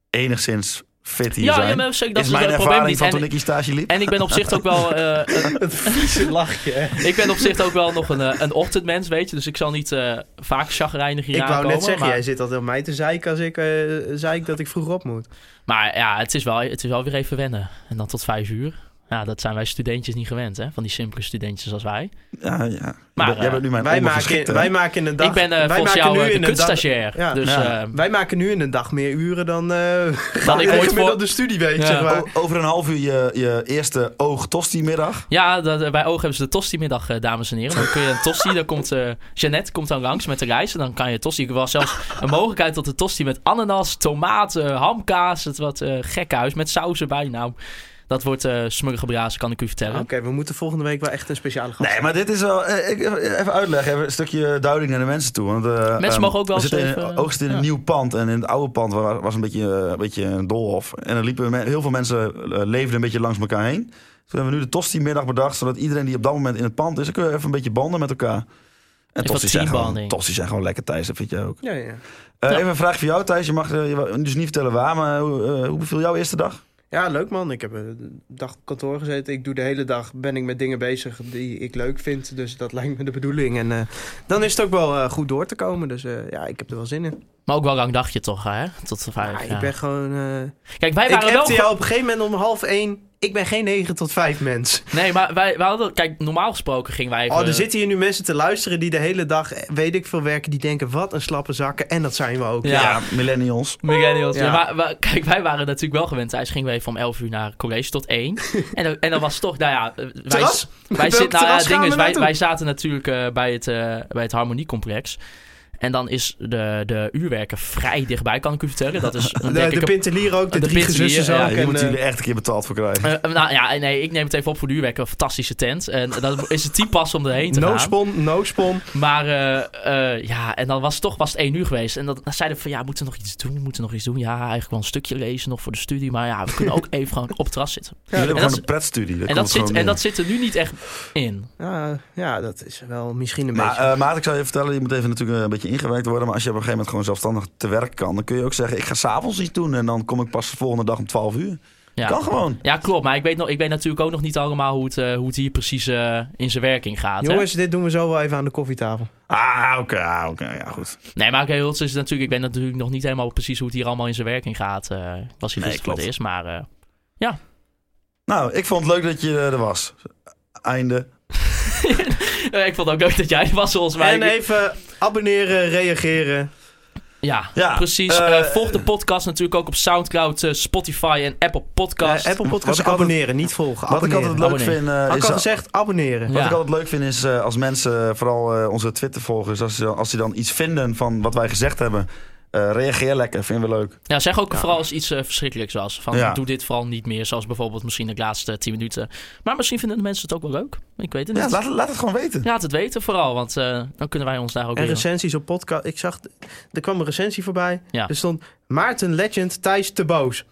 Speaker 5: enigszins fit hier
Speaker 4: ja,
Speaker 5: zijn.
Speaker 4: ja, maar zeker, dat
Speaker 5: is
Speaker 4: is
Speaker 5: mijn
Speaker 4: het probleem
Speaker 5: ervaring
Speaker 4: niet.
Speaker 5: van toen
Speaker 4: En,
Speaker 5: ik hier stage liep.
Speaker 4: en ik ben op zich ook wel eh, een-
Speaker 6: Het vieze lachje, hè?
Speaker 4: Ik ben op zich ook wel nog een, eh, een ochtendmens, weet je. Dus ik zal niet eh, vaak chagrijnig hier
Speaker 6: Ik wou net
Speaker 4: aankomen,
Speaker 6: zeggen,
Speaker 4: maar,
Speaker 6: jij zit altijd op mij te zeiken als ik eh, zeik dat ik vroeg op moet.
Speaker 4: maar ja, het is, wel, het is wel weer even wennen. En dan tot vijf uur. Ja, dat zijn wij studentjes niet gewend, hè. Van die simpele studentjes als wij.
Speaker 5: Ja, ja.
Speaker 4: Maar,
Speaker 5: jij
Speaker 4: eh,
Speaker 5: bent nu mijn
Speaker 6: Wij
Speaker 5: ondergeschikte,
Speaker 6: maken, wij maken in een dag...
Speaker 4: ik ben eh,
Speaker 6: wij
Speaker 4: volgens
Speaker 6: maken
Speaker 4: jou
Speaker 6: nu
Speaker 4: eh,
Speaker 6: in
Speaker 4: de
Speaker 6: een dag-
Speaker 4: kutstagiair.
Speaker 6: Ja.
Speaker 4: Dus
Speaker 5: Ja.
Speaker 4: eh,
Speaker 6: Wij maken nu in een dag meer uren dan, eh
Speaker 4: dat ik ooit voor...
Speaker 6: de studie weet,
Speaker 4: Ja. Oh,
Speaker 6: zeg maar.
Speaker 5: O- Over een half uur je, je eerste oog-tosti-middag.
Speaker 4: Ja, dat, eh, bij Oog hebben ze de tosti-middag, eh, dames en heren. Dan kun je een tosti, dan komt eh Jeannette komt dan langs met de reis. En dan kan je tosti, er was zelfs een mogelijkheid eh, tot de tosti met ananas, tomaten, hamkaas. Het wat eh, gekhuis met sauzen bijnaam. Dat wordt eh smuggige brazen, kan ik u vertellen.
Speaker 6: Oké, we moeten volgende week wel echt een speciale gast.
Speaker 5: Nee, maar dit is wel... eh, ik- Even uitleggen, even een stukje duiding naar de mensen toe. Want, eh, ehm,
Speaker 4: mogen ook wel
Speaker 5: we
Speaker 4: eens
Speaker 5: zitten in,
Speaker 4: even-
Speaker 5: Oogst in een
Speaker 4: ja.
Speaker 5: nieuw pand. En in het oude pand wa- was een beetje, eh, een, beetje een doolhof. En er liepen me- heel veel mensen eh, leefden een beetje langs elkaar heen. Toen hebben we nu de Tosti-middag bedacht. Zodat iedereen die op dat moment in het pand is... dan kunnen we even een beetje banden met elkaar. En
Speaker 4: wat
Speaker 5: tosti zijn, gewoon,
Speaker 4: teambonding.
Speaker 5: tosti zijn gewoon lekker, Thijs. Dat vind je ook.
Speaker 6: Ja, ja.
Speaker 5: Eh,
Speaker 4: Ja.
Speaker 5: Even een vraag voor jou, Thijs. Je mag eh, je wou dus niet vertellen waar, maar hoe, eh, hoe beviel jouw eerste dag?
Speaker 6: ja, leuk man. Ik heb eh, een dag op kantoor gezeten. Ik doe de hele dag, ben ik met dingen bezig die ik leuk vind. Dus dat lijkt me de bedoeling. En eh, dan is het ook wel eh, goed door te komen. Dus eh, ja, ik heb er wel zin in.
Speaker 4: Maar ook wel lang dagje toch, hè? Tot
Speaker 6: Ja,
Speaker 4: vijf.
Speaker 6: ik
Speaker 4: ja.
Speaker 6: ben gewoon... eh,
Speaker 4: Kijk, wij
Speaker 6: ik
Speaker 4: waren wel...
Speaker 6: appte jou op een gegeven moment om half één. Ik ben geen 9 tot 5 mens.
Speaker 4: Nee, maar wij, wij hadden... Kijk, normaal gesproken gingen wij even...
Speaker 6: Oh, er zitten hier nu mensen te luisteren die de hele dag, eh, weet ik veel, werken. Die denken, wat een slappe zakken. En dat zijn we ook.
Speaker 4: Ja.
Speaker 5: millennials.
Speaker 4: Millennials.
Speaker 6: Ja.
Speaker 4: Ja. maar, maar kijk, wij waren natuurlijk wel gewend. Thijs gingen we even om 11 uur naar college tot 1. en, dan, en dan was toch, nou ja, eh, wij,
Speaker 6: Terras?
Speaker 4: wij,
Speaker 6: Welk
Speaker 4: zitten, nou, ja,
Speaker 6: terras
Speaker 4: het ding
Speaker 6: gaan
Speaker 4: is,
Speaker 6: we
Speaker 4: wij,
Speaker 6: naartoe?
Speaker 4: wij zaten natuurlijk eh, bij, het, eh, bij het harmoniecomplex. En dan is de, de uurwerken vrij dichtbij, kan ik u vertellen. Dat is
Speaker 6: De,
Speaker 4: denk ik,
Speaker 6: de
Speaker 4: een-
Speaker 6: Pintelier ook, de,
Speaker 4: de
Speaker 6: drie
Speaker 4: Pintelier,
Speaker 6: gezussen
Speaker 4: ja,
Speaker 6: ook.
Speaker 5: Ja, hier
Speaker 6: en,
Speaker 5: moeten
Speaker 6: eh,
Speaker 5: jullie echt een keer betaald voor krijgen.
Speaker 4: Eh, nou ja, nee, ik neem het even op voor de uurwerken. Een fantastische tent. En dat is het pas om erheen te
Speaker 6: no
Speaker 4: gaan.
Speaker 6: spon, no spon.
Speaker 4: Maar eh, eh, ja, en dan was het toch was het één uur geweest. En dan, dan zeiden we van ja, moeten we nog iets doen? Moeten we nog iets doen? Ja, eigenlijk wel een stukje lezen nog voor de studie. Maar ja, we kunnen ook even gewoon op het terras zitten.
Speaker 5: jullie hebben
Speaker 4: en
Speaker 5: gewoon
Speaker 4: dat
Speaker 5: een pretstudie.
Speaker 4: en, dat zit, en dat zit er nu niet echt in.
Speaker 6: Ja, ja, dat is wel misschien een
Speaker 5: Maar
Speaker 6: beetje.
Speaker 5: eh Maat, ik zou je vertellen, je moet even natuurlijk eh, een beetje ingewerkt worden. Maar als je op een gegeven moment gewoon zelfstandig te werk kan, dan kun je ook zeggen: ik ga s'avonds iets doen en dan kom ik pas de volgende dag om 12 uur.
Speaker 4: Ja.
Speaker 5: Kan gewoon.
Speaker 4: Ja, klopt. Maar ik weet, nog, ik weet natuurlijk ook nog niet allemaal hoe het, eh, hoe het hier precies eh, in zijn werking gaat. hè.
Speaker 6: Jongens, dit doen we zo wel even aan de koffietafel.
Speaker 5: Ah, oké, ah, oké, ja, goed.
Speaker 4: Nee, maar oké, Hulst is het natuurlijk. Ik weet natuurlijk nog niet helemaal precies hoe het hier allemaal in zijn werking gaat. eh was hier gisteren voor
Speaker 5: Nee,
Speaker 4: het
Speaker 5: klopt.
Speaker 4: eerst. Maar eh,
Speaker 5: Nou, ik vond het leuk dat je er was. Einde.
Speaker 4: eh, ik vond ook leuk dat jij er was, volgens mij.
Speaker 6: en even abonneren, reageren.
Speaker 4: Ja,
Speaker 5: Ja,
Speaker 4: precies.
Speaker 5: eh,
Speaker 4: Eh, volg de podcast natuurlijk ook op Soundcloud, eh, Spotify en Apple Podcast.
Speaker 6: Eh, Apple
Speaker 5: Wat
Speaker 6: Podcast
Speaker 5: ik altijd-
Speaker 6: abonneren, niet volgen.
Speaker 5: Wat ik
Speaker 6: abonneren.
Speaker 5: altijd leuk
Speaker 4: Abonneer.
Speaker 5: vind. eh,
Speaker 6: Had ik
Speaker 5: is
Speaker 6: al gezegd, abonneren.
Speaker 5: Wat
Speaker 4: Ja.
Speaker 5: ik altijd leuk vind is eh, als mensen, vooral eh, onze Twitter-volgers, als ze, als ze dan iets vinden van wat wij gezegd hebben, eh, reageer lekker, vinden we leuk.
Speaker 4: Ja, zeg ook vooral als iets eh, verschrikkelijks was. Van,
Speaker 5: Ja.
Speaker 4: Doe dit vooral niet meer, zoals bijvoorbeeld misschien de laatste 10 minuten. Maar misschien vinden de mensen het ook wel leuk. Ik weet het
Speaker 5: Ja,
Speaker 4: niet.
Speaker 5: laat, laat het gewoon weten.
Speaker 4: Laat het weten vooral, want eh, dan kunnen wij ons daar ook
Speaker 6: En
Speaker 4: weer...
Speaker 6: recensies op podcast. Ik zag, er kwam een recensie voorbij.
Speaker 4: Ja. Ah,
Speaker 6: Er stond Maarten Legend, Thijs te boos.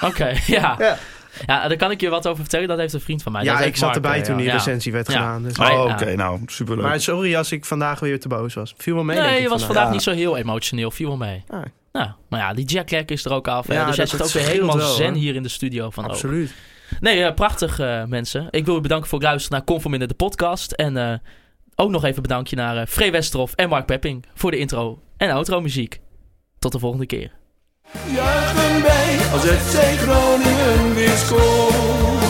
Speaker 4: Oké, ja.
Speaker 6: Ja,
Speaker 4: ja. Daar kan ik je wat over vertellen. Dat heeft een vriend van mij. Dat
Speaker 6: ja
Speaker 4: heet
Speaker 6: ik zat
Speaker 4: Mark,
Speaker 6: erbij
Speaker 4: eh,
Speaker 6: toen die
Speaker 4: ja.
Speaker 6: recensie werd
Speaker 4: Ja.
Speaker 6: gedaan. Dus.
Speaker 4: Maar-
Speaker 5: Oh,
Speaker 4: ja.
Speaker 5: Oké, nou, superleuk.
Speaker 6: Maar sorry als ik vandaag weer te boos was. Viel wel mee, denk
Speaker 4: Nee,
Speaker 6: ik
Speaker 4: je was
Speaker 6: vandaag.
Speaker 4: vandaag niet zo heel emotioneel. Viel wel mee.
Speaker 6: Ah.
Speaker 4: Nou, maar ja, die jacklag is er ook af. hè.
Speaker 6: Ja,
Speaker 4: dus jij
Speaker 6: dat-
Speaker 4: zit
Speaker 6: dat
Speaker 4: ook weer
Speaker 6: scheelt
Speaker 4: helemaal
Speaker 6: wel,
Speaker 4: zen
Speaker 6: hoor.
Speaker 4: hier in de studio. Van, oh,
Speaker 6: Absoluut.
Speaker 4: Nee, eh, prachtig eh, mensen. Ik wil u bedanken voor het luisteren naar Conform in de podcast. En eh, ook nog even bedankje naar eh Free Westerhof en Mark Pepping voor de intro en outro muziek. Tot de volgende keer.
Speaker 1: Juichen bij als het FC Groningen weer scoort.